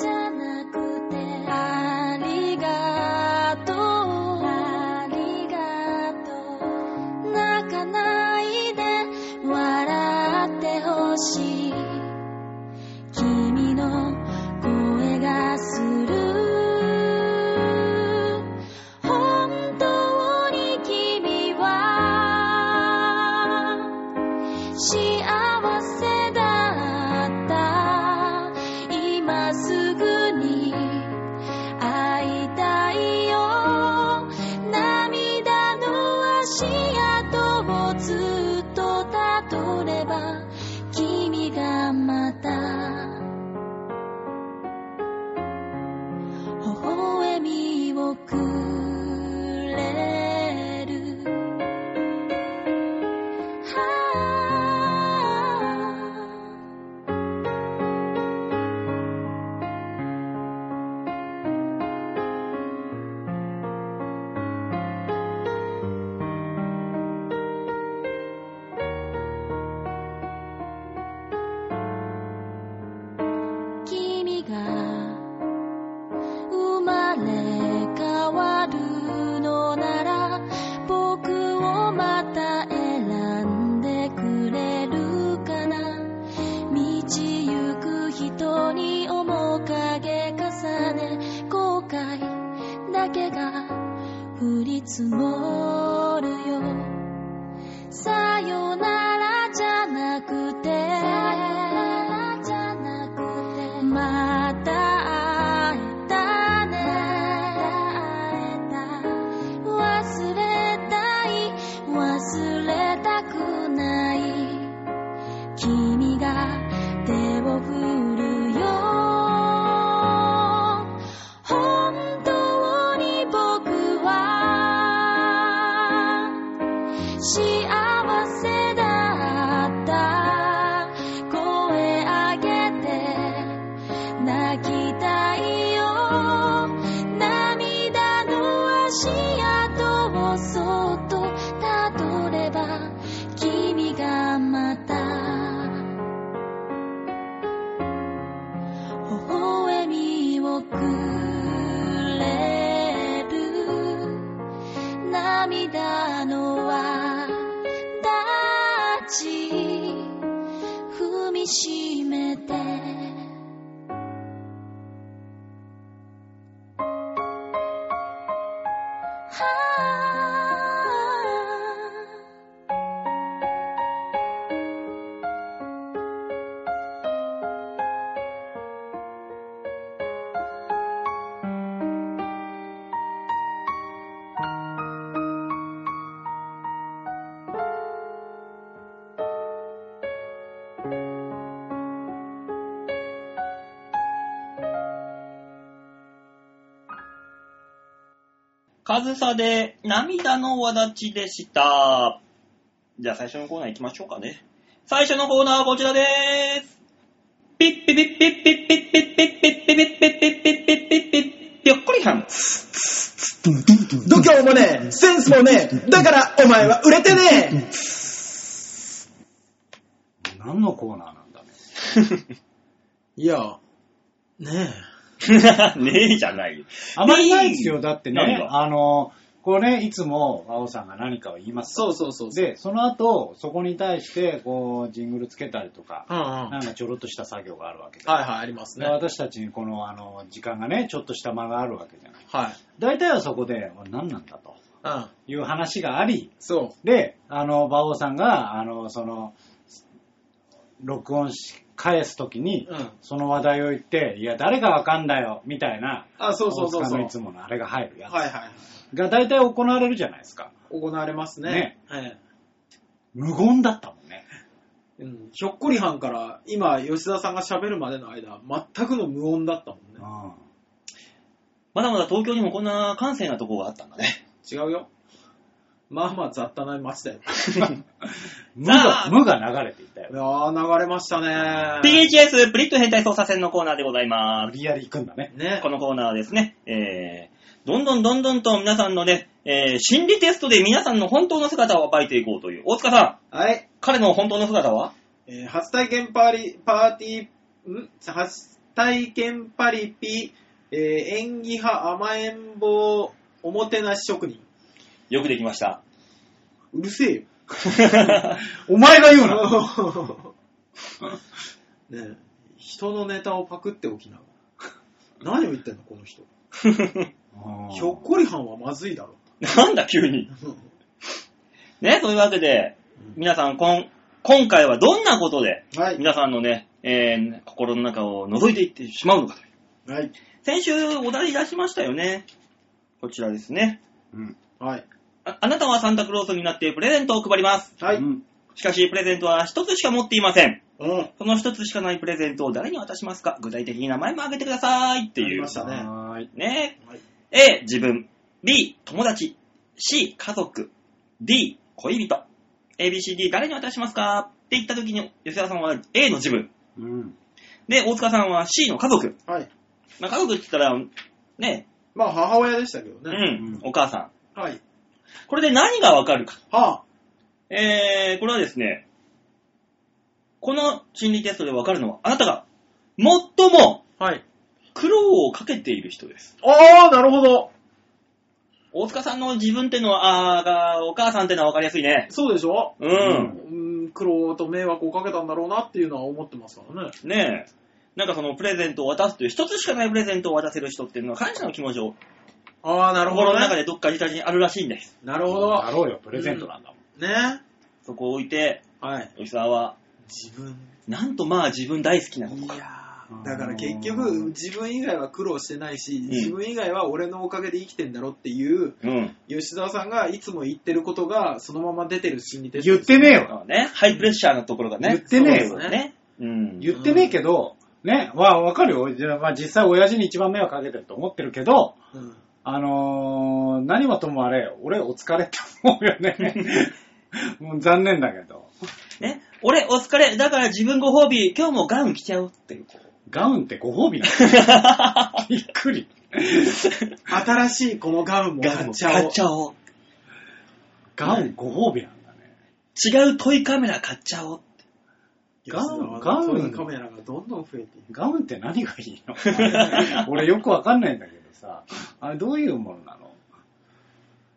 ゃなくて、ありがとう、ありがとう。泣かないで笑ってほしい。君の声がする。本当に君は幸せだった今すぐに会いたいよ涙の足跡をずっとたどれば君がまた微笑みをくれるはあ君が生まれ変わるのなら僕をまた選んでくれるかな道行く人に面影重ね後悔だけが降り積もるよさよならじゃなくてまた会えたね忘れたい忘れたくない君が手を振るよ本当に僕はくれる涙の輪立ち踏みしめてはあカズサで涙の輪立ちでした。じゃあ最初のコーナー行きましょうかね。最初のコーナーはこちらでーす。ピッピピッピッピッピッピッピッピッピッピッピッピッピッピッピッピッぴょっこりはん。度胸もねえ、センスもねえ、だからお前は売れてね何のコーナーなんだね。えいや、ねねえじゃない。あまりないですよ。だってないね、わあの、これね、いつも、青さんが何かを言いますからそうそうそう。で、その後、そこに対して、こう、ジングルつけたりとか、うんうん。なはいんかちょろっとした作業があるわけで。はい、ありますでね。私たちにこの、あの、時間がね、ちょっとした間があるわけじゃない。はい。大体はそこで、おい何なんだとうん。いう話があり、そで、あの、馬王さんが、あの、その、録音し、返すときに、う。うん。その話題を言って、いや、誰がわかんだよ、みたいな、あ、そうそうそう大塚そう。のいつものあれが入るやつ、はいはい。が大体行われるじゃないですか。行われますね。えね無言だったもんね。えうん。ひょっこりはんから、今、吉田さんが喋るまでの間、全くの無音だったもんね。うまだまだ東京にもこんな閑静なとこがあったんだね。違うよ。まあまあ雑多な街だよ。 ん無が、無が流れていたいよ。やー、流れましたね。 PHS プリット変態操作戦のコーナーでございます無。理やり行くんだね。ねこ。のコーナーはですね、えー、どんどんどんどんと皆さんのね、えー、心理テストで皆さんの本当の姿を暴いていこうという。大塚さん、はい。彼の本当の姿はえー初体験パーリパーティー、ん初体験パリピ、えー演技派甘えん坊、おもてなし職人。よくできました。うるせえよ。お前が言うな ねえ人のネタをパクっておきながら。何を言ってんの、この人。ひょっこりはんはまずいだ ろ。 なんだ急に。ね、そういうわけで、皆さん、こん、今回はどんなことで、はい。皆さんのね、えー、心の中を覗いていってしまうのかという。はい。先週お題出しましたよね。こちらですね。うん。はい。ああなたはサンタクロースになってプレゼントを配ります。はい。ううん。んしかし、プレゼントは一つしか持っていません。その一つしかないプレゼントを誰に渡しますか具体的に名前も挙げてくださいってあいりうまし。たね。はーい。ねはいえ。A、自分。B、友達。C、家族。D、恋人。ABCD、誰に渡しますかって言った時に、吉田さんは A の自分。うん。で、大塚さんは C の家族。はい。まあ、家族って言ったら、ね、まあ、母親でしたけどうね。ん、お母さん。はい。これで何がわかるか。はあ。えー、これはですね、この心理テストでわかるのは、あなたが最もはい。苦労をかけている人です。ああ、なるほど。大塚さんの自分ってのは、あーが、お母さんってのはわかりやすいね。そうでしょう。うんーん、苦労と迷惑をかけたんだろうなっていうのは思ってますからね。ねえ。なんかそのプレゼントを渡すという、一つしかないプレゼントを渡せる人っていうのは感謝の気持ちをああ、なるほ心ど、の中ね。でどっか自体にあるらしいんです。なるほだど。ろうよ、プレゼントなんだもん。ね。そこを置いて、はい。吉沢は、自分。なんとまあ自分大好きなこといか。やうんー、だから結局、自分以外は苦労してないし、自分以外は俺のおかげで生きてんだろっていう、うん。吉沢さんがいつも言ってることが、そのまま出てる心理テスト言ってねえよ。まあね、ハイプレッシャーなところがね。言ってねえよそうですね。うん。言ってねえけど、ね、わ、わかるよ。じゃあまあ実際親父に一番迷惑かけてると思ってるけど、うんあのー、何はともあれ、俺お疲れって思うよね。もう残念だけど。ね、俺お疲れ、だから自分ご褒美、今日もガウン着ちゃおうっていう。こうガウンってご褒美なのびっくり。新しいこのガウンも買っちゃ買おっう。ちゃおう。ガウンご褒美なんだね。違うトイカメラ買っちゃおう。ガウン安田ガウンはカメラがどんどん増えていく。ガウンって何がいいの 俺よくわかんないんだけどさ、あれどういうものなの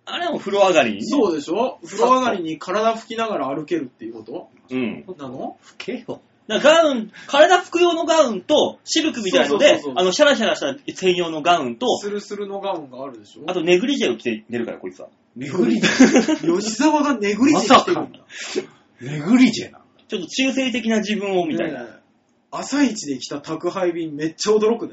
あれも風呂上がりにね。そうでしょ風呂上がりに体拭きながら歩けるっていうこうん。となの不景よ。だからガウン、体服用のガウンと、シルクみたいのでそうそうそう、そうあの、シャラシャラした専用のガウンと、スルスルのガウンがあるでしょあとネグリジェを着て寝るから、こいつは。ネグリジ 吉沢がネグリェ。ジまェしさてるかの。ネグリジェなの。ちょっと中性的な自分を、みたいな。ねえ朝一で来た宅配便めっちゃ驚くね。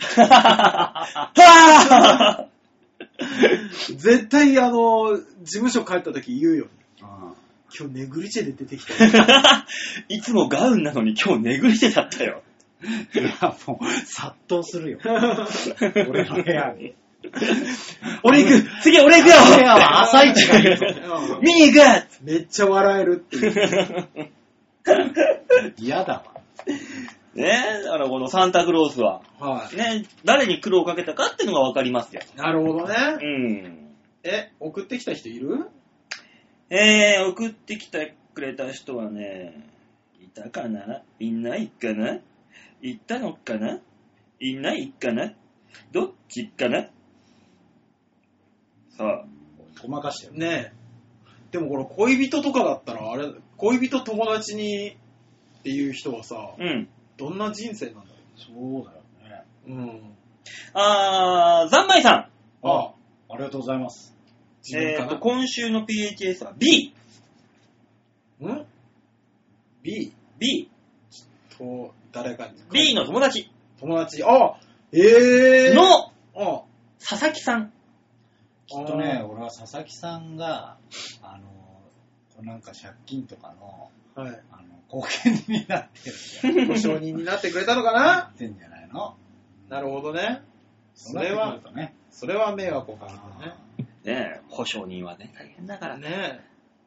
は ぁ絶対あの、事務所帰った時言うよ。あ今日ネグリジェで出てきたよ。 いつもガウンなのに今日ネグリジェだったよ。あいや、もう、殺到するよ。俺の部屋に。俺行く次俺行くよ俺らは朝一がいいとうん見に行く めっちゃ笑えるっていう。嫌だわ。ねえ、あの、このサンタクロースは、はね、誰に苦労をかけたかっていうのがわかりますよ。い。なるほどうね。ん。え、送ってきた人いるえー、送ってきてくれた人はね、いたかないないかな行ったのかないないかなどっちかなさあ、ごまかしてる。ねえ。でもこれ恋人とかだったら、あれ、恋人友達にっていう人はさ、うん。どんな人生なんだろそうだよね。う。うん。あー、ざんまいさん。あ、ありがとうございます。自分えかー、なと、今週の PHS は B、ん ?B B、と誰かに。 B の友達友達。あええー、のあ佐々木さん。きっとね、俺は佐々木さんが、あの、こうなんか借金とかの、はい。あの、貢献になってるんじゃないご承認になってくれたのかなな ってんじゃないのなるほどね。それなってはく、るとね。それは迷惑をかけたねあ。ねえ、保証人はね、大変だからね。ね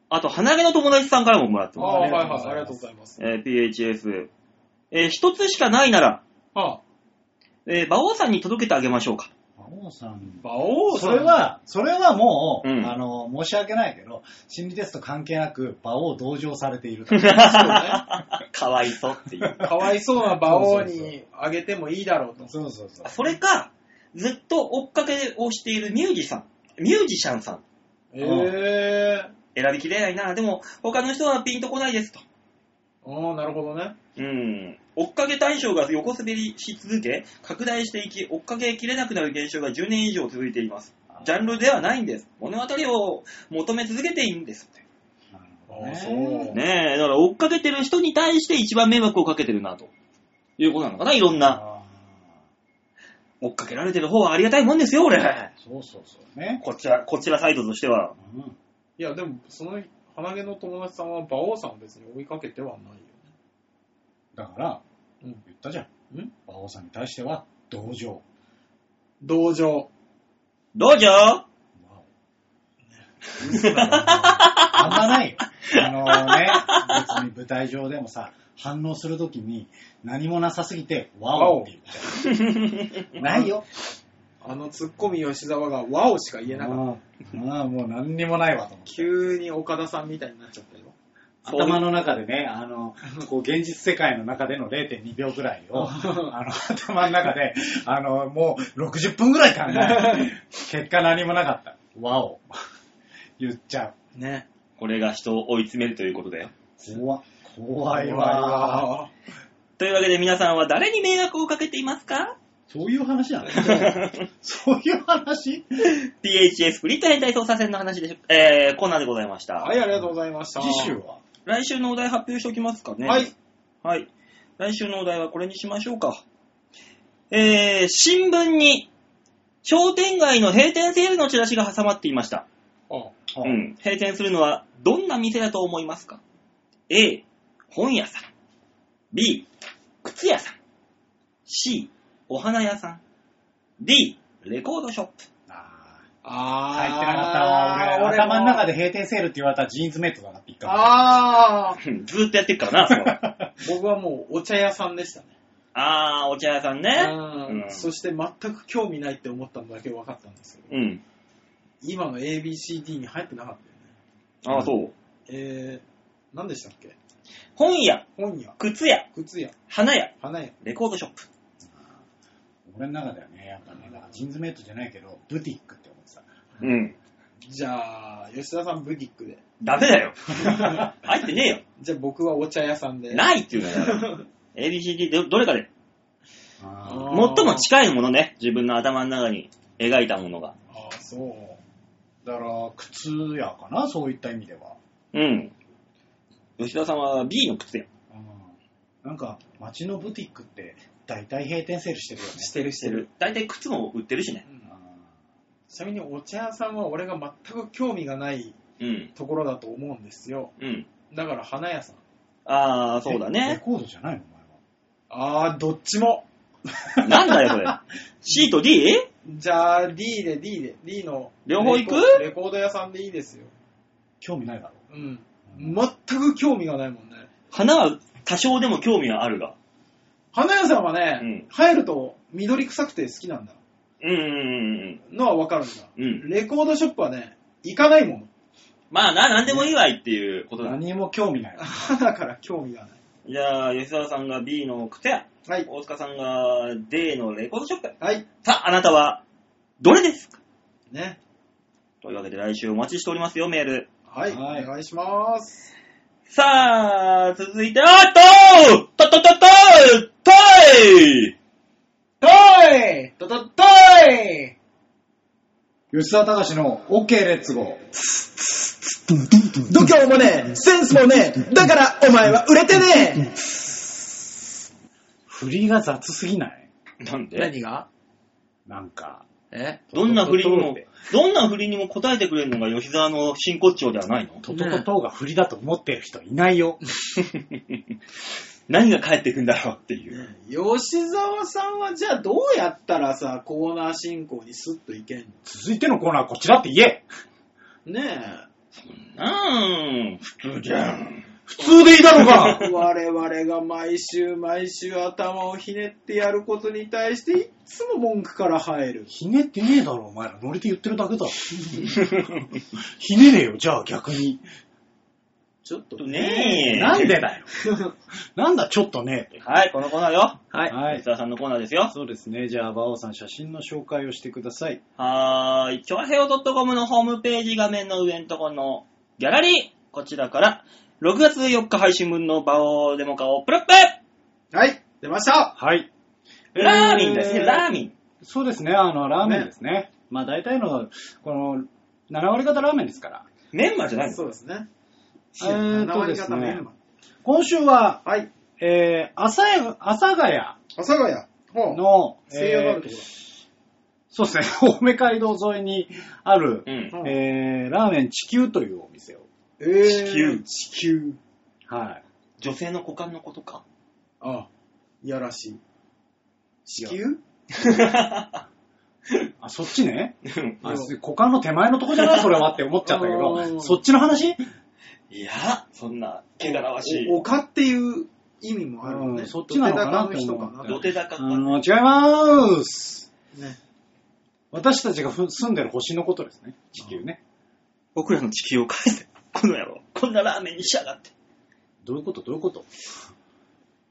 あと、鼻毛の友達さんからももらってあます。あ、はあいりはいがとうごあざいます、りがとうございます。えー PHS。えー一つしかないなら、ああ、えー馬王さんに届けてあげましょうか。馬王さん馬王さそん。れ、は、それはもう、うんあの、申し訳ないけど、心理テスト関係なく、場を同情されてい ると。 かわいそうっていう。かわいそうな馬王そうそうにあげてもいいだろうと。そうそうそ う。それか、ずっと追っかけをしているミュージシャン、ミュージシャンさん。ええ選びきれないな。でも、他の人はピンとこないですと。ー。ああ、なるほどね。うん。追っかけ対象が横滑りし続け、拡大していき、追っかけきれなくなる現象が10年以上続いています。ジャンルではないんです。物語を求め続けていいんですって。なるあほどあ、ねそう。ねねえ、だから追っかけてる人に対して一番迷惑をかけてるな、ということなのかな、いろんな。あ追っかけられてる方はありがたいもんですよ、俺。ーそうそうそう。ね。こちら、こちらサイドとしては。うんいや、でも、その、鼻毛の友達さんは馬王さんを別に追いかけてはないよね。だから、うん言ったじゃん。うん馬王さんに対しては、同情。同情。どうぞわおあんまないよ。あのね、別に舞台上でもさ、反応するときに何もなさすぎて、ワオって言っちゃう。ないよ。あのツッコミ吉沢が、ワオしか言えなかった。うんああ、もう何にもないわと思って。急に岡田さんみたいになっちゃったよ。頭の中でね、あの、こう、現実世界の中での0.2秒ぐらい を、あの、頭の中で、あの、もう60分ぐらい考えて、結果何もなかった。わお。言っちゃね。これが人を追い詰めるということだよ。う。怖っ怖いいわ。わというわけで皆さんは誰に迷惑をかけていますかそういう話なのそういう話 ?PHS フリット変態操作戦の話でしょ、えー、コーナーでございました。はい、ありがとうございました。次週は来週のお題発表しておきますかね。はい。はい。来週のお題はこれにしましょうか。えー、新聞に商店街の閉店セールのチラシが挟まっていました。あはういん。閉店するのはどんな店だと思いますか ?A、本屋さん。B、靴屋さん。C、お花屋さん。D、レコードショップ。あーあ入ってなかったわ。俺、頭の中で。で閉店セールって言われたらジーンズメイトだなって言ったもんああ、ずーっとやってるからな、それ僕はもうお茶屋さんでしたね。 あー、お茶屋さんね。ううんんそして全く興味ないって思ったのだけ分かったんですけど、うん。今の ABCD に入ってなかったよね。あー、そう。えー、何でしたっけ本屋、本屋、靴屋、靴屋、花屋、花屋。レコードショップ。俺の中ではね、やっぱね、だからジーンズメイトじゃないけど、ブティックって思ってた。うん。じゃあ、吉田さんブティックで。ダメだよ。 入ってねえよ。じゃあ僕はお茶屋さんで。ないっていうの よ。ABCD どどれかで。ああー最も近いものね。自分の頭の中に描いたものが。あー、そう。だから、靴屋かな、そういった意味では。うん。吉田さんは B の靴や。うんなんか、街のブティックって、大体閉店セールしてるよね。してるしてる。。大体靴も売ってるしね。うんちなみにお茶屋さんは俺が全く興味がないうん。ところだと思うんですよ。うん。だから花屋さん。あー、あーそうだレレね。コードじゃないの、あー、どっちも。なんだよ、それ。C と D? じゃあ D で D で。D の。両方行くレコレコード屋さんでいいですよ。興味ないだろ。うん。全く興味がないもんね。花は多少でも興味はあるが。花屋さんはね、うん入ると緑臭くて好きなんだ。うんうんうんのはわかるんだ。うん。うん。レコードショップはね、行かないもの。 まあな、なんでもいいわいっていうことだ。何も興味ない。花から興味がない。じゃあ、吉沢さんが B の靴屋。はい。大塚さんが D のレコードショップ。はい。さあ、あなたは、どれですかね。というわけで来週お待ちしておりますよ、メール。はい。はいお願いします。さあ、続いて、あっとととととといトイトトトイ吉沢隆の OK レッツゴー。度胸もねえ、センスもねえ、だからお前は売れてね振りが雑すぎないなんえでがなんか。えどんな振りにもトトトトって、どんな振りにも答えてくれるのが吉沢の真骨頂ではないのトトトトが振りだと思ってる人いないよ。 何が返ってくんだろうっていう。吉沢さんはじゃあどうやったらさ、コーナー進行にスッといけん続いてのコーナーはこちらって言えのねうん、普通じゃん。普通でいいだろうがえ。我々が毎週毎週頭をひねってやることに対していっつも文句から入る。ひねってねえだろ、お前ら。ノリで言ってるだけ だ。ひねれよ、じゃあ逆に。ちょっとねえ。なんでだ よ。なんだ、ちょっとね。はい、このコーナーよ。はは吉。沢さんのコーナーですよ。そうですね。じゃあ、馬王さん、写真の紹介をしてください。はーい。ちょへよ .com のホームページ画面の上のところのギャラリー。こちらから、6月4日配信分の場をデモ化をプラップはい、出ましたはい。ラーメンですね、ラーン。メン。そうですね、あの、ラーメンですね。まあ、大体の、この、7割方ラーメンですから。メンマじゃないのそうですね。えーとです七ね割方メンマ今週は、はい、えー、朝や、朝ヶ谷阿佐ヶ谷。ほうの、西洋があるとえーこそうですね、 青梅街道沿いにある、うん。ろ。えー、ラーメン地球というお店を。えー、地球地球。はい。女性の股間のことか。ああ、いやらしい。地い球やあ、そっちね。んあ、す股間の手前のとこじゃ ないそれはって思っちゃったけうど、んそっちの話いや、そんな、汚らわしい。お丘っていう意味もあるよね。うんそっちなのかなって思う土手高の人かなどてだかあか。の、違いまーす。ね、私たちがふ住んでる星のことですね。地球ね。僕らの地球を返せ。この野郎。こんなラーメンにしやがって。どういうことどういうこと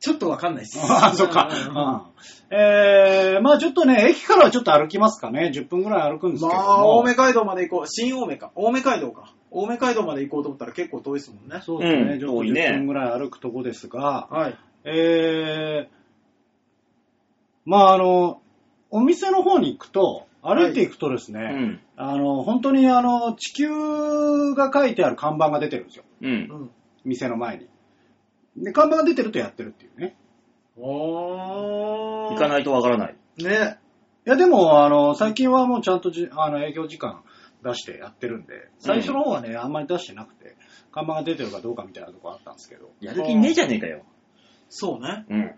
ちょっとわかんないっす。 あ、そっか。うんえー、まあちょっとね、駅からはちょっと歩きますかね。10分ぐらい歩くんですけまども。あ、青梅街道まで行こう。新青梅か。青梅街道か。青梅街道まで行こうと思ったら結構遠いですもんね。そうですね、うんちょっ遠といね10分ぐらい歩くとこですが、はい。えー、まああの、お店の方に行くと、歩いていくとですね、うん。あの、本当にあの、地球が書いてある看板が出てるんですよ。うん。うん。店の前に。で、看板が出てるとやってるっていうね。おー。行かい。ないとわからない。ね。いや、でも、あの、最近はもうちゃんとじあの営業時間出してやってるんで、最初の方はね、あんまり出してなくて、看板が出てるかどうかみたいなとこあったんですけど。やる気ねえじゃねえかよ。そうね。うん。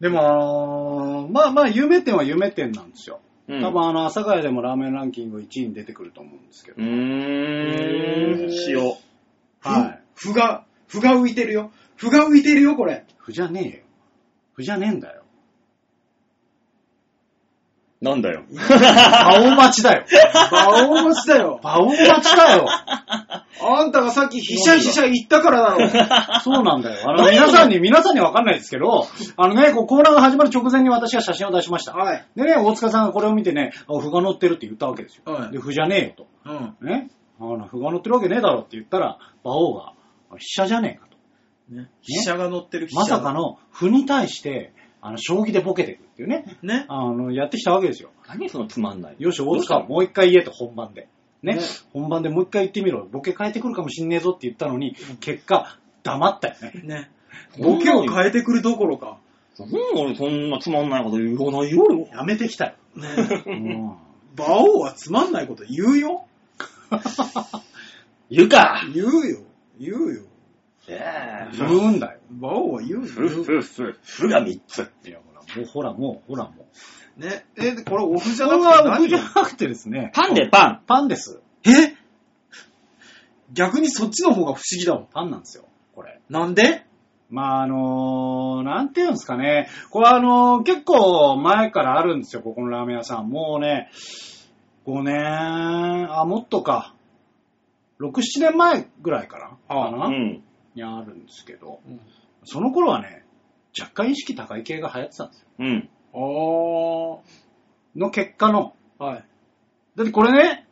でも、あのまあまあ、有名店は有名店なんですよ。うん多分、あの、阿佐ヶ谷でもラーメンランキング1位に出てくると思うんですけど。うーん。塩。はい。ふが、ふが浮いてるよ。ふが浮いてるよ、これ。ふじゃねえよ。ふじゃねえんだよ。なんだよ。馬王待ちだよ。馬王持ちだよ。馬王待ちだよ。あんたがさっきひしゃひしゃ言ったからだろ。そうなんだよ。あの、皆さんに、皆さんにわかんないですけど、あのね、こうコーナーが始まる直前に私が写真を出しました。はい。でね、大塚さんがこれを見てね、あ、歩が乗ってるって言ったわけですよ。はいで、歩じゃねえようん。と。ね。あの、歩が乗ってるわけねえだろって言ったら、馬王が、あ飛車じゃねえかと。ね。飛車が乗ってる飛車。まさか。の歩に対して、あの、将棋でボケてくっていうね、ね。あの、やってきたわけですよ。何そのつまんない。よし、大塚、もう一回言えと、本番で。ねね本番でもう一回言ってみろ。ボケ変えてくるかもしんねえぞって言ったのに、結果、黙ったよね。ね。ボボケケをを変変えてくるどころか。そんな俺そんなつまんないこと言わないよ、俺はやめてきたよ。ね。うん馬王はつまんないこと言うよ。言うか言うよ。言うよ。ええ言うんだよ。馬王は言うふよ。ふふ、ふが3つ。いや、ほら、もう、ほら、もう、ほら、もう。ね。え、これオフじゃこれなくては何僕じよゃなくてですね、パンでパン。パンです。え逆にそっちの方が不思議だもん。パンなんですよ、これ。なんでまあ、あのー、なんていうんですかね。これはあのー結構前からあるんですよ、ここのラーメン屋さん。もうね、5年、あ、もっとか。6、7年前ぐらいかな。はあかうな、ん。にあるんですけど、うんその頃はね、若干意識高い系が流行ってたんですよ。うん。あー。の結果の、はい。だってこれね、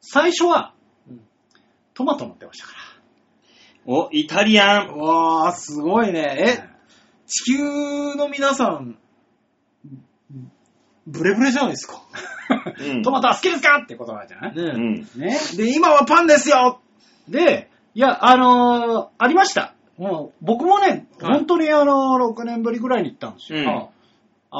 最初はうん、トマト乗ってましたかお、イタリアン。わー、すごいら。ね。え、地球の皆さん、ブレブレじゃないですか。うえんトマトは好きですかってことなんじゃない、うねん。ねで、今はパンですよで、いや、あのーありました。もう僕もね、はい本当にあのー6年ぶりぐらいに行ったんですよ。うんあ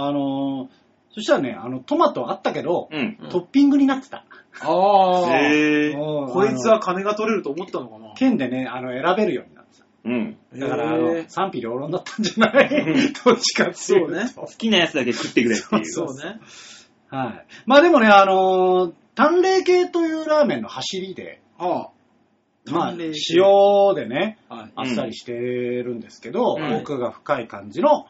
あのーそしたらね、あの、トマトあったけど、うん。うんトッピングになってた。あー。へえ。うんこいつ、は金が取れると思ったのかなあの県でね、あの、選べるようになってた。うん。だから、あへのー、賛否両論だったんじゃないどっちかっていうと。そ好きなやつだけ食ってくれっていう。そうね。はい。まあでもね、あのー、淡麗系というラーメンの走りで、ああ。まあ、淡麗系塩でね、はい。あっさりしてるんですけど、うん奥が深い感じの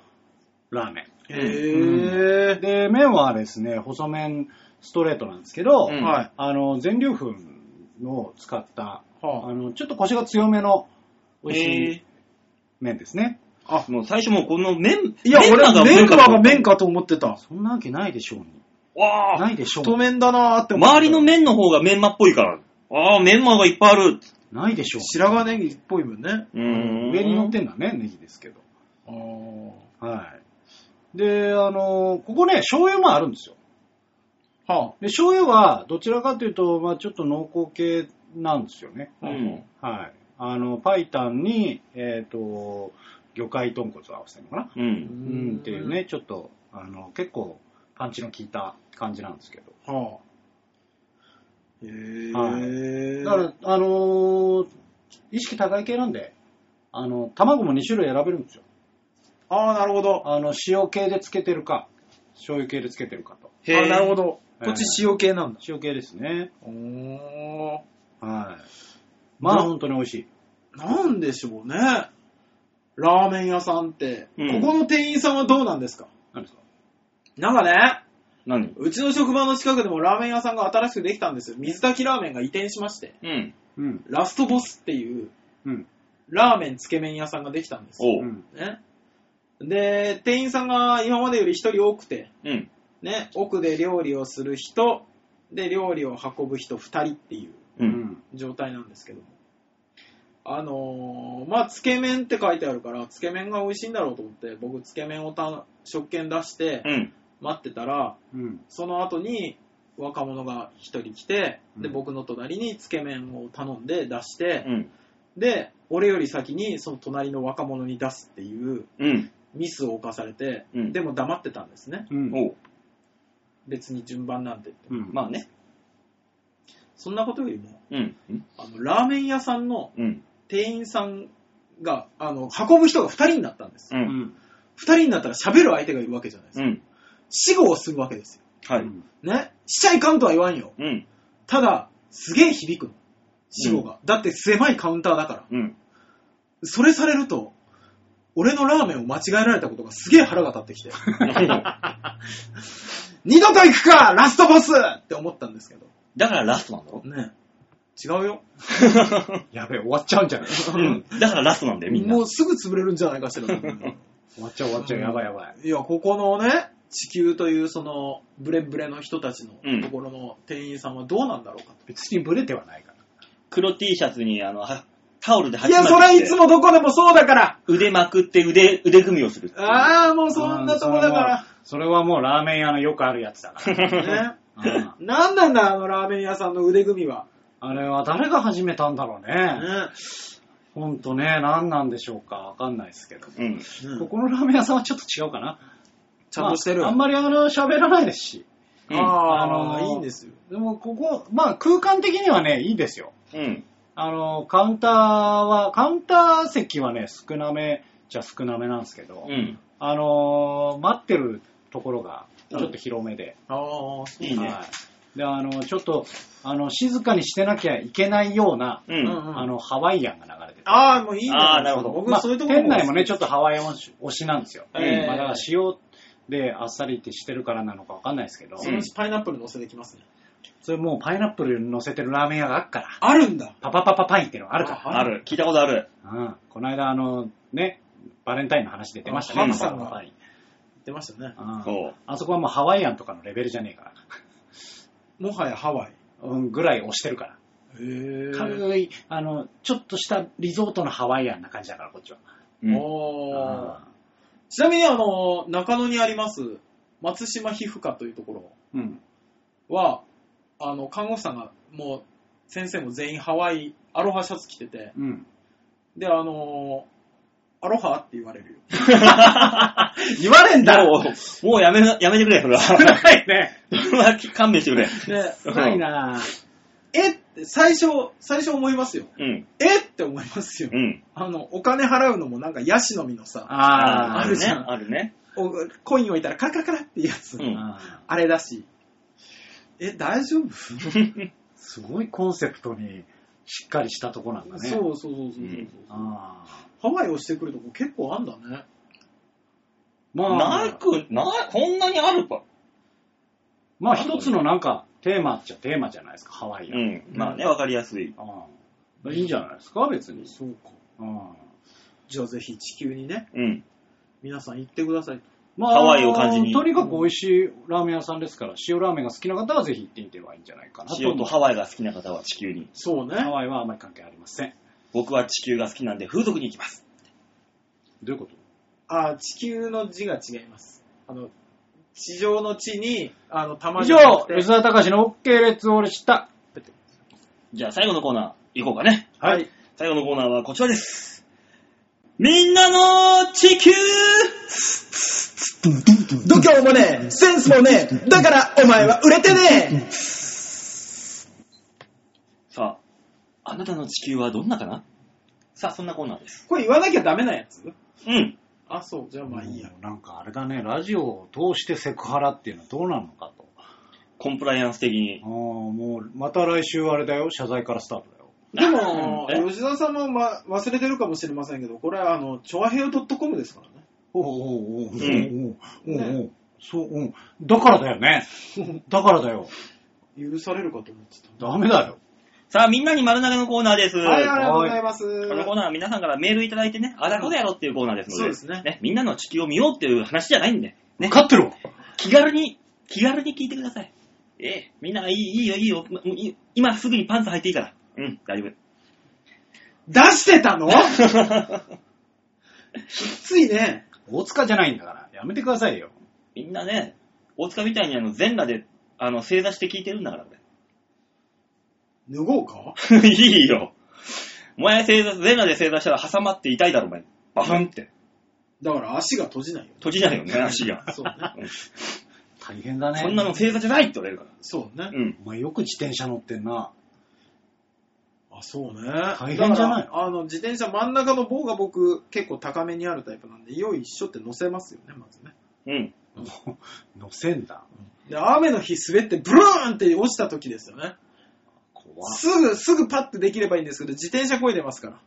ラーメン。へうー。で、麺はですね、細麺ストレートなんですけど、うんはい。あの、全粒粉を使った、はあの、ちょっと腰が強めの美味しへい麺ですね。あ、もう最初もうこの麺、いや、俺はメン麺バがーが麺かと思ってた。そんなわけないでしょうに。わあ、ないでしょう太に。麺だなーって思ってた周りの麺の方がメンマっぽいから。ああ、メンマがいっぱいある。ないでしょうに。白髪ネギっぽいもんね。うーん。上に乗ってんのはね、ネギですけど。あー。はい。で、あの、ここね、醤油もあるんですよ。はで、醤油は、どちらかというと、まあちょっと濃厚系なんですよね。うん。はい。あの、パイタンに、えっ、と、魚介豚骨を合わせてるのかなうあ。ん。うんっていう。ね、ちょっと、あの、結構、パンチの効いた感じなんですけど。はあ。へえ。だから、あのー意識高い系なんで、あの、卵も2種類選べるんですよ。ああ、なるほど。ああの、塩系でつけてるか、醤油系でつけてるかと。あー、なるほど。えーこっち塩系なんだ。塩系ですね。おー。はい。まあ、本当に美味しい。なんでしょうね。ラーメン屋さんって。うんここの店員さんはどうなんですか何ですかなんかね、何うちの職場の近くでもラーメン屋さんが新しくできたんですよ。水炊きラーメンが移転しまして。うん。うん。ラストボスっていううん。ラーメンつけ麺屋さんができたんですよ。おうう。ん。ね。で、店員さんが今までより一人多くて、うん。ね、奥で料理をする人、で、料理を運ぶ人2人っていうう。うんん。状態なんですけども。あのーまあ、つけ麺って書いてあるから、つけ麺が美味しいんだろうと思って、僕、つけ麺をた食券出してう、ん。待ってたら、うん。その後に若者が1人来て、で、うん僕の隣につけ麺を頼んで出して、うん。で、俺より先にその隣の若者に出すっていううん。ミスを犯されて、うんでも黙ってたんですね。うん。おう。別に順番なんてって。うん。まあね。そんなことよりも、うん。あの、ラーメン屋さんのうん。店員さんが、あの、運ぶ人が2人になったんです。う。うんん。 2人になったら喋る相手がいるわけじゃないですうか。ん。死後をするわけですよ。はい。ね。しちゃいかんとは言わんよ。うん。ただ、すげえ響くの。死後が。だって狭いカウンターだから。うん。それされると、 俺のラーメンを間違えられたことがすげえ腹が立ってきて。二度と行くかラストボスって思ったんですけど。だからラストなんだろね違うよ。やべえ、終わっちゃうんじゃないうん。だからラストなんだよ、みんな。もうすぐ潰れるんじゃない かしら。い終わっちゃう終わっちゃう、やばいやばい。や、ここのね、地球というその、ブレブレの人たちのうんところの店員さんはどうなんだろうか。別にブレてはないから。黒黒 T シャツに、あの、はタオルでい鉢や、巻きそしてれいつもどこでもそうだから腕まくって腕、腕組みをする。ああ、もうそんなとこだかうん。それはもうそれはもうラーメン屋のよくあるやつだ から。ら。ね。うんなんなんだ、あのラーメン屋さんの腕組みは。あれは誰が始めたんだろうね。ね。ほんとね、何なんでしょうか。わかんないですけど。うん。ここのラーメン屋さんはちょっと違うかな。ちゃんとしてる。まああんまりあの、喋らないですし。うんあああ、のーいいんですよ。でもここ、まあ空間的にはね、いいですよ。うん。あの、カウンターは、カウンター席はね、少なめじゃ少なめなんですけど、うん。あのー、待ってるところがちょっと広めで、ああ、いいね。はい、で、あの、ちょっと、あの、静かにしてなきゃいけないような、う。うんんあの、ハワイアンが流れてて。ああ、もういいね。ああなるほど僕まはあそういうところ店内もね、ちょっっとハワイアン推しなんですよ。うんまあ、だから塩であっさりってしてるからなのかわかんないですけど、そのうちパイナップル乗せてきますね。それもうパイナップル乗せてるラーメン屋があっから、あるんだ。パパパパパイっていうのがあるから。ある。聞いたことある。うん、この間、あの、ね、バレンタインの話出てましたね。あハンパさパんがパパイ出ましたね。うんそう。あそこはもうハワイアンとかのレベルじゃねえから。もはやハワイ。うん、ぐらい押してるから。へえ。軽い、あの、ちょっとしたリゾートのハワイアンな感じだから、こっちは。うん。おーちなみに、あの、中野にあります、松島皮膚科というところ。うん。は、あの、看護師さんが、もう、先生も全員ハワイ、アロハシャツ着てて、うん。で、あのーアロハって言われるよ。言われんだろもう、もうやめな、やめてくれ、そ れは。深いね。それは勘弁してくれ。で、 深いなえって、最初、最初思いますよ。うん。えって思いますよう。ん。あの、お金払うのもなんかヤシの実のさ、ああーーるね。あるね。おコイン置いたらカラカラカラっていうやつ、うんあー。あれだし。え、大丈夫、すごいコンセプトにしっかりしたとこなんだね。そうそうそうそうそう、うんあーハワイをしてくるとこ結構あんだね。まあ、ないく、ない、こんなにあるか。まあ一つのなんかテーマっちゃテーマじゃないですか、ハワイうアン。ん。まあね、わかりやすい。うん、いいんじゃないですか、別に。そうか。うんじゃあぜひ地球にね、うん。皆さん行ってください。まハワイを感じにとにかく美味しいラーメン屋さんですから、塩ラーメンが好きな方はぜひ行ってみてはいいんじゃないかなと。塩とハワイが好きな方は地球に。そうね。ハワイはあまり関係ありません。僕は地球が好きなんで風俗に行きます。どういうことあー、地球の字が違います。あの、地上の地に、あの、玉以じゃな上、くて吉田隆の OK レッツオールした。じゃあ最後のコーナー、行こうかね。はい。最後のコーナーはこちらです。みんなの地球度胸もねえ、センスもねえ、だからお前は売れてねえ。さあ、あなたの地球はどんなかなさあ、そんなコーナーです。これ言わなきゃダメなやつうん。あ、そう。じゃあまあいいや。なんかあれだね、ラジオを通してセクハラっていうのはどうなのかと。コンプライアンス的にあ。あ、もう、また来週あれだよ、謝罪からスタートだよ。で もえ、吉田さんも、ま、忘れてるかもしれませんけど、これは、あの、チョアヘオ .com ですからね。おうおうおうおうおううんおうおうそう、うん。だからだよ ね。だからだよ。許されるかと思ってた。ダメだよ。さあ、みんなに丸投げのコーナーです。はい、ありがとうございます。このコーナーは皆さんからメールいただいてね、あだこでやろうっていうコーナーですので、そうですねみんなの地球を見ようっていう話じゃないんで、ね勝ってるわ。気軽に、気軽に聞いてください。ええ、みんな、いいいいよ、いいよ。もういい今すぐにパンツ履いていいから。うん、大丈夫。出してたの き ついね。大塚じゃないんだから、やめてくださいよ。みんなね、大塚みたいにあの全裸で、あの、正座して聞いてるんだから、こ脱ごうかれ。い いよ。お前正座、全裸で正座したら挟まって痛いだろ、お前。バフンって。だから足が閉じないよ。閉じないよね、足が。そうね。大変だね。そんなの正座じゃないって言われるかそうねら。。うん。お前よく自転車乗ってんな。あ、そうね。大変じゃないだからあの、自転車真ん中の棒が僕、結構高めにあるタイプなんで、よいしょって乗せますよね、まずね。うん。 乗せんだ。で、雨の日滑ってブルーンって落ちた時ですよね。怖っすぐ、すぐパッてできればいいんですけど、自転車漕いでますから。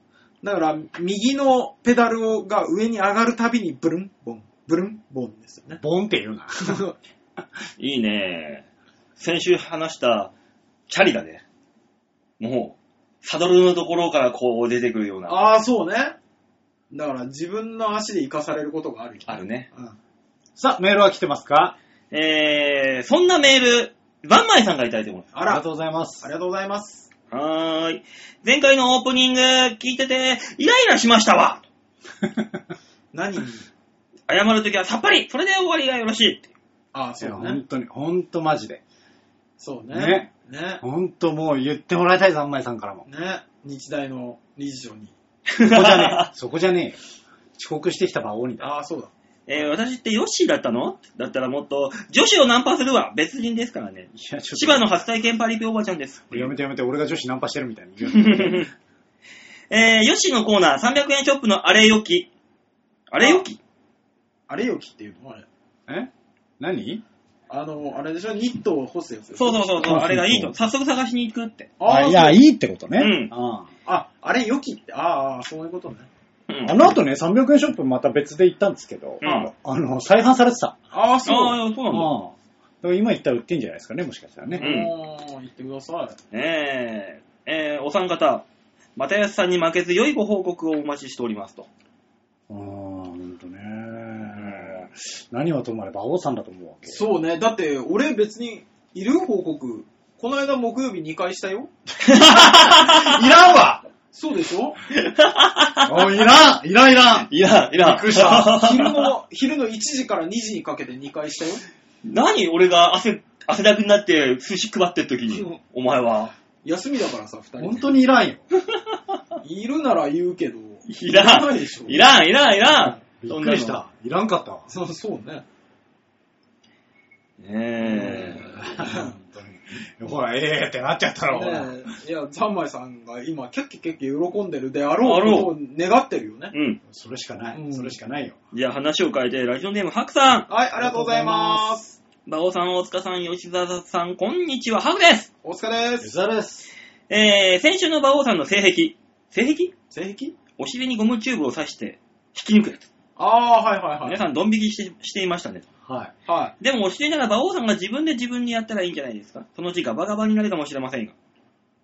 だから、右のペダルが上に上がるたびにブルン、ボン、ブルン、ボンですよね。 ボンって言うな。 いいね。先週話した、チャリだね。もう、サドルのところからこう出てくるような。ああ、そうね。だから自分の足で生かされることがある。あるね。うん。さあ、メールは来てますかえー、そんなメール、バンマイさんがいただいてます。あありら、があとうございますり。がとうございます。はーい。前回のオープニング聞いてて、イライラしましたわ。何に謝るときはさっぱり、それで終わりがよろし い。ああ、いそうやだね本。当に、本当マジで。そうねね。ね。本当もう言ってもらいたい、三枚さんからも。ね。日大の理事長に。そこじ ゃねえ。そこじゃねえよ。遅刻してきた馬王にだ。ああ、そうだ。えー、私ってヨッシーだったのだったらもっと、女子をナンパするわ。別人ですからね。いや、ち千葉の初体験パリピおばちゃんです。やめてやめて、俺が女子ナンパしてるみたいに言うの えー、ヨッシーのコーナー、300円ショップのあれよき。あれよきあれよきっていうのあれ。え何あの、あれでしょニットを干すやつでしそょうそうそうそう、あれがいいと。早速探しに行くって。ああ、いや、そういいってことね。うんああ、あれよきって、ああ、そういうことね。うんあの後ね、300円ショップまた別で行ったんですけど、うんあの、再販されてた。ああ、そう。あー、そううなんんだ。でも今行ったら売ってんじゃないですかね、もしかしたらね。うんおー言ってください。えー、えー、お三方、又吉さんに負けず良いご報告をお待ちしておりますと。ああ、ほんとね。何はともあれ、馬王さんだと思うわけ。そうね。だって、俺別に、いる報告。この間木曜日2回したよ。いらんわそうでし ょおいいらんいらんいらんいや、いや、 昼の、昼の1時から2時にかけて2回したよ。何俺が汗、汗だくになって寿司配ってる時うんに、お前は。休みだからさ、2本人。当にいらんよ。いるなら言うけど。いらいないんでしょ。いらんいらんいらんびっくりした。いらんかったわ。そうそうね。そんなのえ 本当にほら、ええってなっちゃったろ、ほら。ねえいや、三枚さんが今、キャッキャッキャッキャ喜んでるであろあうろうことを願ってるよねえ。うん。それしかなうい。んそれしかないよ。じゃあ話を変えて、ラジオネーム、ハクさん。はい、ありがとうございます。馬王さん、大塚さん、吉沢さん、こんにちは、ハクです。お疲れです。ザです。えー、先週の馬王さんの性癖。性癖性癖お尻にゴムチューブを刺して、引き抜くやつ。ああ、はいはい皆はい。さん、ドン引きしてしていましたね。はい。はでも、お尻なら馬王さんが自分で自分にやったらいいんじゃないですかそのうちガバガバになるかもしれませんが。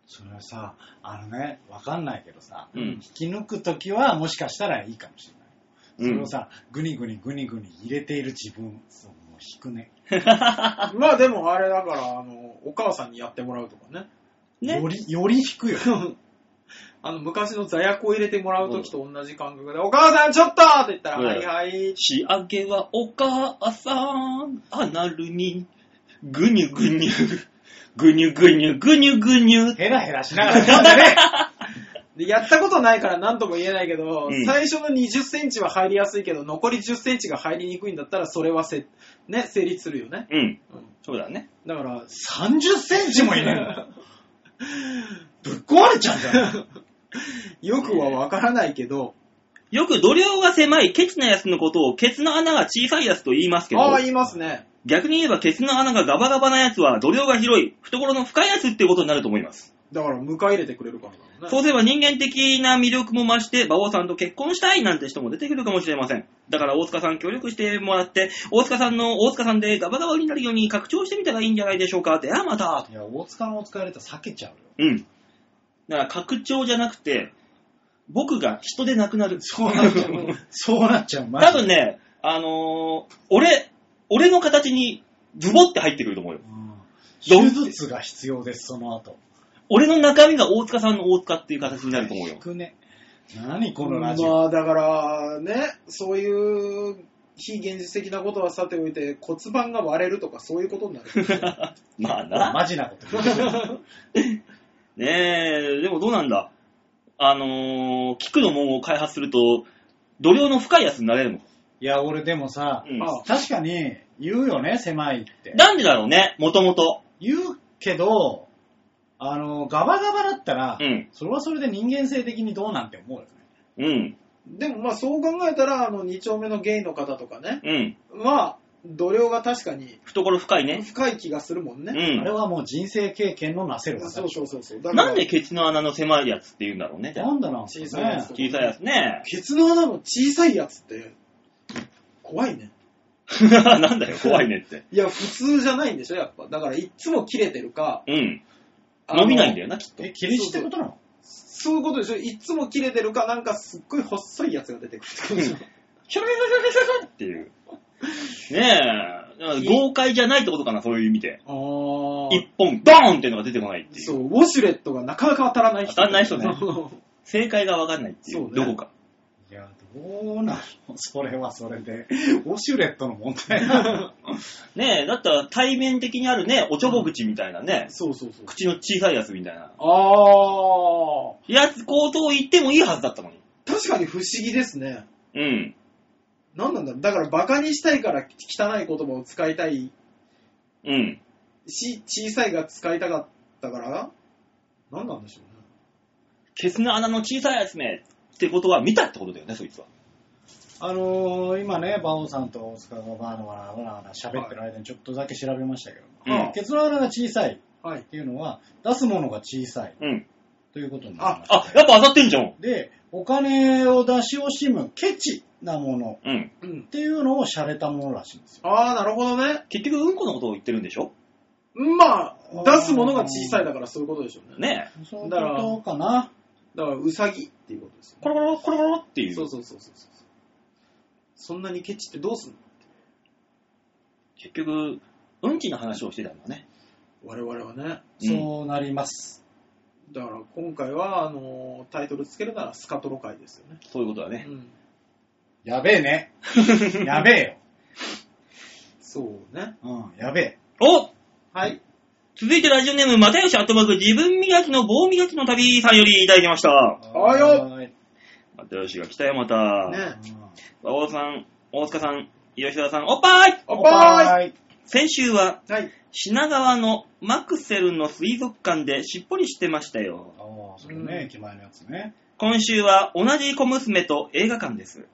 それはさ、あのね、わかんないけどさ、うん引き抜くときはもしかしたらいいかもしれない。それをさ、ぐにぐにぐにぐに入れている自分、そうもう引くね。い。まあでも、あれだから、あの、お母さんにやってもらうとかね。ねより、より引くよ。 あの、昔の座薬を入れてもらうときと同じ感覚で、お母さんちょっとって言ったら、うんはいはい。仕上げはお母さん、アナルに、ぐにゅぐにゅ、ぐにゅぐにゅ、ぐにゅぐにゅ。ヘラヘラしながら飲んでね。 で、やったことないから何とも言えないけど、うん最初の20センチは入りやすいけど、残り10センチが入りにくいんだったら、それはせ、ね、成立するよね。うん、うんそうだね。だから、 30センチも入れんの。ぶっ壊れちゃうんじゃないよくはわからないけど、よく度量が狭いケチなやつのことをケツの穴が小さいやつと言いますけど、ああ、言いますね。逆に言えばケツの穴がガバガバなやつは度量が広い、懐の深いやつってことになると思います。だから、迎え入れてくれるからだろうそね。うすれば人間的な魅力も増して、馬王さんと結婚したいなんて人も出てくるかもしれません。だから大塚さん協力してもらって、大塚さんの大塚さんでガバガバになるように拡張してみたらいいんじゃないでしょうか。ではまた。いや、大塚の大塚やれたら避けちゃうよ。うん。だから拡張じゃなくて、僕が人でなくなる。そうなっちゃう。 そうなっちゃう、マジ多で分ね、あのー俺、俺の形にズボって入ってくると思うよ。うん手術が必要です、その後。俺の中身が大塚さんの大塚っていう形になると思うよ引。くね。何このまラジオ。あ、だから、ね、そういう、非現実的なことはさておいて、骨盤が割れるとかそういうことになる。まあな。マジなこと言う。ねえ、でもどうなんだ。あのー、キックの門を開発すると、度量の深いやつになれるの。いや、俺でもさ、うんあ確かに言うよね、狭いって。なんでだろうね、もともと。言うけど、あの、ガバガバだったら、うん。それはそれで人間性的にどうなんて思うよね。うん。でもまあそう考えたら、あの、2丁目のゲイの方とかね、うん。まあ、度量が確かに懐深いね。深い気がするもんうね。あれん。はもう人生経験のなせる技そうそうそうそう。だからなんでケツの穴の狭いやつって言うんだろうね、じゃあなんだなんす小かさいやねつとか小さいやつね。ケツの穴の小さいやつって、怖いね。 なんだよ、怖いねって。いや、普通じゃないんでしょ、やっぱ。だから、いつも切れてるか。うん。あの伸びないんだよな、きっと。え、切り死ってことなのそういうことでしょ。いつも切れてるか、なんかすっごい細いやつが出てくるってことでしょ。シャラシャラシャラシャラシャラっていう。ねえだから、豪快じゃないってことかな、そういう意味で。あ一本、ドーンっていうのが出てこないってい。そうう、ウォシュレットがなかなか当たらない人。当たらない人ねそう正解がわかんないっていそうう、ねどこか。いや、どうなのそれはそれで。オシュレットの問題なのねえ、だったら対面的にあるね、おちょぼ口みたいなね、 そうそうそう。口の小さいやつみたいな。ああ。やつ、口頭言ってもいいはずだったのに。確かに不思議ですね。うん。なんなんだろうだから、バカにしたいから汚い言葉を使いたいうん。し、小さいが使いたかったから、なんなんでしょうね。ケツの穴の小さいやつめってことは見たってことだよね、そいつは。あのー、今ね、馬王さんと大塚がバーのわらわらわら喋ってる間にちょっとだけ調べましたけど、うん結論穴が小さいはいっ。ていうのは、出すものが小さいうん。ということになりました。あ、やっぱ当たってんじゃん。で、お金を出し惜しむケチなものうん。うんっ。ていうのを洒落たものらしいんですよ。ああ、なるほどね。結局、うんこのことを言ってるんでしょまあ、出すものが小さいだからそういうことでしょうね。ねえ。そういうことかな。だから、うさぎっていうことですよ、コロコロコロコロってい。ね。そううそうそうそうそう。そんなにケチってどうすんの結局、うんちの話をしてたんだね。我々はね。うんそうなります。だから今回は、あのータイトルつけるならスカトロ会ですよね。そういうことだうね。ん。やべえね。やべえそうね。よ。うん、やべえ。おはい。続いてラジオネーム、またよしアットマーク、自分磨きの棒磨きの旅さんよりいただきました。あーよはーいまたよしが来たよ、また。ねうん馬王さん、大塚さん、吉田さん、おっぱいおっぱい先週は、いはい。品川のマクセルの水族館でしっぽりしてましたよ。ああ、それね、駅前のやつね。今週は、同じ小娘と映画館です。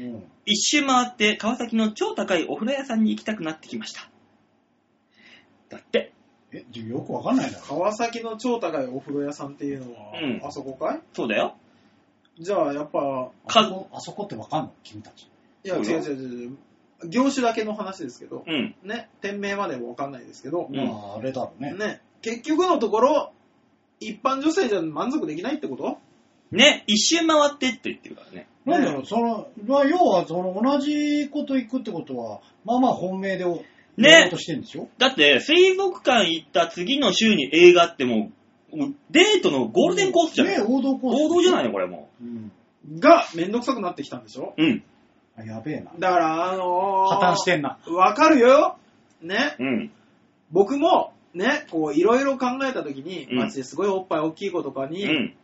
うん。一周回って川崎の超高いお風呂屋さんに行きたくなってきました。だって、え、じゃあよくわかんないな。川崎の超高いお風呂屋さんっていうのは、うんあそこかいそうだよ。じゃあやっぱ、あそこ、あそこってわかんの君たち。いやそう違うよ違う違う。業種だけの話ですけど、うん。ね、店名までもわかんないですけど、うんまあ、あれだろうね。ね、結局のところ、一般女性じゃ満足できないってことね、一周回ってって言ってるからね。なんだろう、その、まあ、要は、その、同じこと行くってことは、まあまあ本命でお、ねやろうとしてんでしょだって、水族館行った次の週に映画ってもう、もうデートのゴールデンコースじゃん。ね王道コース。王道じゃいないの、これもうん。が、めんどくさくなってきたんでしょう。うん。あやべえな。だから、あのー、破綻してんな。わかるよね、うん。僕も、ね、こう、いろいろ考えたときに、うんマジですごいおっぱい大きい子とかうに、ん。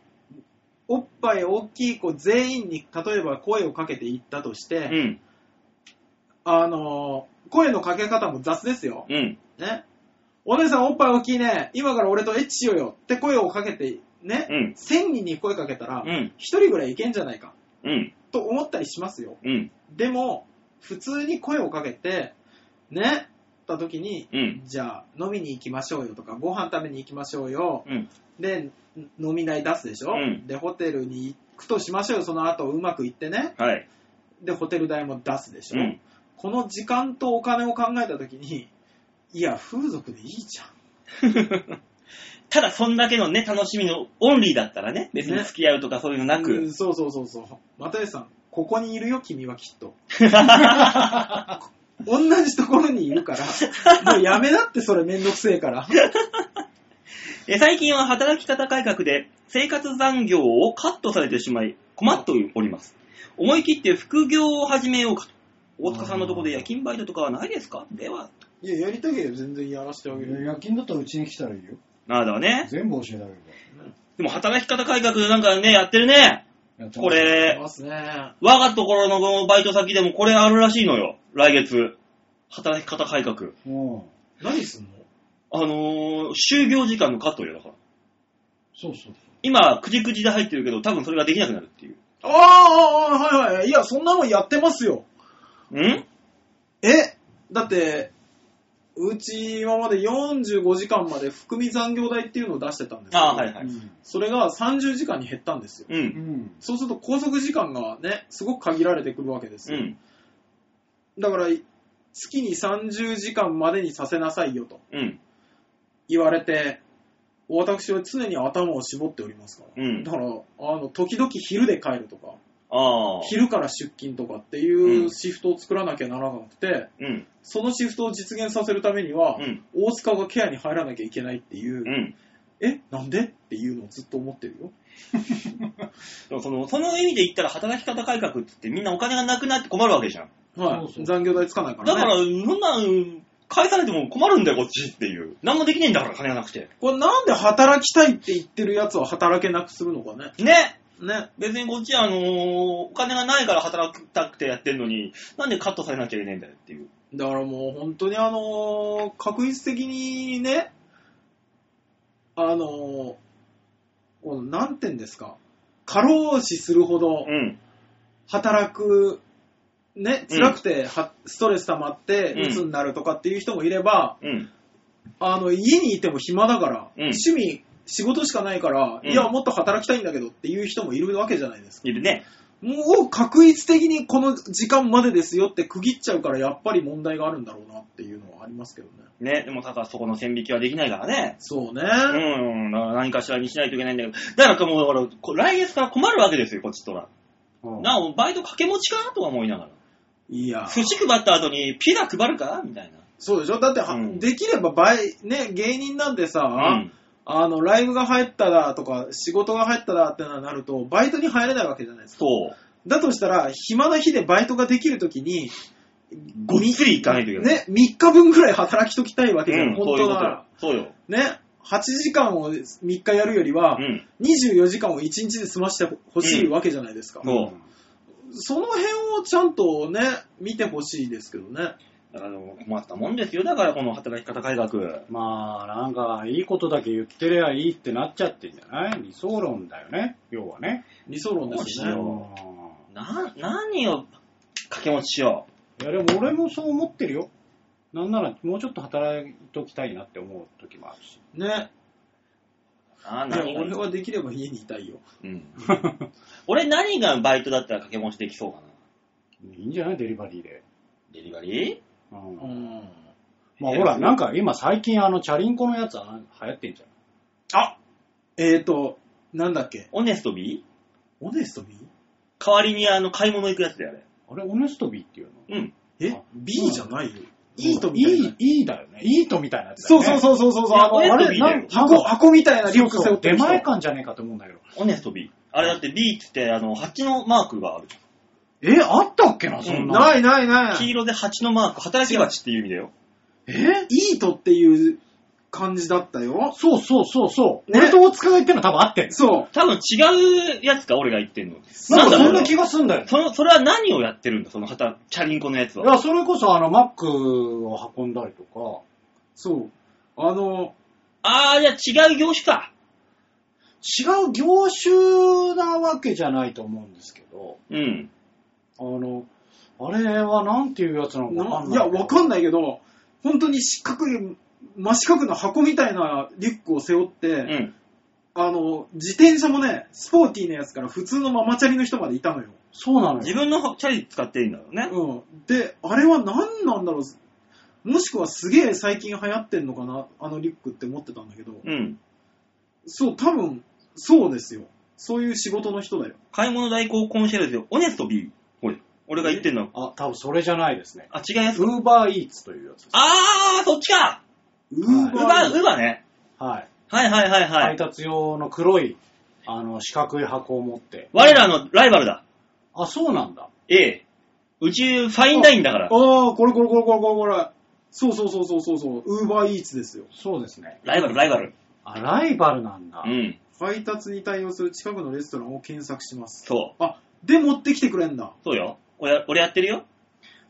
おっぱい大きい子全員に、例えば声をかけていったとして、うん。あのー声のかけ方も雑ですよ。うん。ね。お姉さんおっぱい大きいね。今から俺とエッチしようよって声をかけて、ね。うん。 1000人に声かけたらう、ん。 1人ぐらいいけんじゃないか。うん。と思ったりしますよ。うん。でも、普通に声をかけて、ね。た時に、うん。じゃあ飲みに行きましょうよとかご飯食べに行きましょうようん。で飲み代出すでしょ、うんでホテルに行くとしましょうよその後うまくいってねはい。でホテル代も出すでしうょ、ん。この時間とお金を考えた時にいや風俗でいいじゃんただ、そんだけのね、楽しみのオンリーだったらね、別にね付き合うとかそういうのなうくん、そうそうそうそう又吉さんここにいるよ君はきっ と同じところにいる からもうやめなってそれめんどくせえからえ最近は働き方改革で生活残業をカットされてしまい困っております。思い切って副業を始めようかと。大塚さんのところで夜勤バイトとかはないですかでは。いややりたければ全然やらせてあげるよ夜勤だったらうちに来たらいいよ。なあだね。全部教えてあげるかでも働き方改革なんかね、やってるね。らやってますこ。れ、ますね我がところのバイト先でもこれあるらしいのよ。来月。働き方改革。うん。何すんのあのー、就業時間のカットよ、だから。そうそう。今、くじくじで入ってるけど、多分それができなくなるっていう。ああああ、はいはい。いや、そんなのやってますよ。んえだって、うち今まで45時間まで含み残業代っていうのを出してたんですけどああ、はいはい。それが30時間に減ったんですよ。う。うんん。そうすると拘束時間がね、すごく限られてくるわけですうよ。ん。だから、月に30時間までにさせなさいよとうん。言われて、私は常に頭を絞っておりますから。うんだから、あの、時々昼で帰るとか、ああ。昼から出勤とかってういんうシフトを作らなきゃならなくて、うん。そのシフトを実現させるためには、うん。大塚がケアに入らなきゃいけないっていう、うん。え、なんでっていうのをずっと思ってるよ。でもその、その意味で言ったら働き方改革って言ってみんなお金がなくなって困るわけじゃん。はい。そうそう残業代つかないかだらね。から、そんなん、返されても困るんだよ、こっちっていう。何もできねえんだから、金がなくて。これなんで働きたいって言ってるやつは働けなくするのかね。ねね。別にこっちは、あのーお金がないから働きたくてやってんのに、なんでカットされなきゃいけないんだよっていう。だからもう本当にあのー確率的にね、あのーこのなんて言うんですか、過労死するほどうん。働く、ね、うん辛くては、ストレス溜まってうん鬱になるとかっていう人もいれば、うん。あの、家にいても暇だから、うん趣味、仕事しかないから、うんいや、もっと働きたいんだけどっていう人もいるわけじゃないですか。いるね。もう確率的にこの時間までですよって区切っちゃうから、やっぱり問題があるんだろうなっていうのはありますけどね。ね。でも、ただそこの線引きはできないからね。そうね。うん、だから何かしらにしないといけないんだけど、だからもう、だからこ、来月から困るわけですよ、こっちとら。うんなお、バイト掛け持ちかとか思いながら。いや、寿司配った後にピザ配るかみたいな。そうでしょだっては、うんできれば倍、ね、芸人なんでさ、うん。あの、ライブが入ったらとか、仕事が入ったらってなると、バイトに入れないわけじゃないですか。そう。だとしたら、暇な日でバイトができるときに、ごっつり行かないといけない。ね、3日分ぐらい働きときたいわけじゃん、うん、本そういう当こなとよら。。そうよ。ね、8時間を3日やるよりは、うん。 24時間を1日で済ましてほしいわけじゃないですか。そうその辺をちゃんとね、見てほしいですけどね。だから困ったもんですよ。だからこの働き方改革。まあ、なんか、いいことだけ言ってりゃいいってなっちゃってんじゃない理想論だよね、要はね。理想論ですそうよですね。ような、何を掛け持ちしよんいや、でも俺もそう思ってるよ。なんなら、もうちょっと働いときたいなって思う時もあるし。ね。う。あいや、何が俺はできれば家にいたいよ。うん。 俺何がバイトだったら掛け持ちできそうかな。いいんじゃないデリバリーで。デリバリーうんうん。まあえほら、なんか今最近あの、チャリンコのやつは流行ってんじゃん。あえーと、なんだっけ。オネストビーオネスト B? 代わりにあの、買い物行くやつだよ、あれ。あれ、オネストビーっていうのうん。えあ ?B じゃないよ。いイいートとみたいな。いいだよね。いいとみたいなやつだそようね。そうそうそうそういやあのオネスあトれ、ビーだなよんか箱、箱みたいなリュックそ背負うそっうて出る人。前感じゃねえかと思うんだけど。オネストビー。あれだってビーってって、あの、蜂のマークがある。え、あったっけな、そんなの。ないないな黄い。色で蜂のマーク、働き蜂っていう意味だよ。えイートっていう感じだったよ。そうそうそうそう。ね俺と大塚が言ってるの多分合ってんのそう。多分違うやつか、俺が言ってんの。なんかそんろなう気がすんだよ。その、それは何をやってるんだ、その旗、チャリンコのやついは。や、それこそあの、マックを運んだりとか、そう。あの、あー、じゃあ違う業種か。違う業種なわけじゃないと思うんですけど、うん。あの、あれはなんていうやつなのかわかんいない。や、わかんないけど、本当に四角い、真四角の箱みたいなリュックを背負って、うん。あの、自転車もね、スポーティーなやつから普通のママチャリの人までいたのよ。そうなの自よ。分のチャリ使っていいんだろうね。うん。で、あれは何なんだろう。もしくはすげえ最近流行ってんのかな、あのリュックって思ってたんだけど、うん。そう、多分、そうですよ。そういう仕事の人だよ。買い物代行コンシェルジュ、オネストビー。ほい。俺が言ってんの。あ、多分それじゃないですね。あ、違うやつ。ウーバーイーツというやつです。あー、そっちかウはーいウバーーバー、ウーバーね。はい。はいはいはいは配い。達用の黒い、あの、四角い箱を持って。我らのライバルだ。あ、そうなんだ。ええ。うち、ファインダインだから。ああ、これこれこれこれこれこれ。そうそうそうそうそうそう、ウーバーイーツですよ。そうですね。ライバル、ライバル。あ、ライバルなんだ。うん。配達に対応する近くのレストランを検索します。そう。あ、で持ってきてくれんだ。そうよ。俺や、俺やってるよ。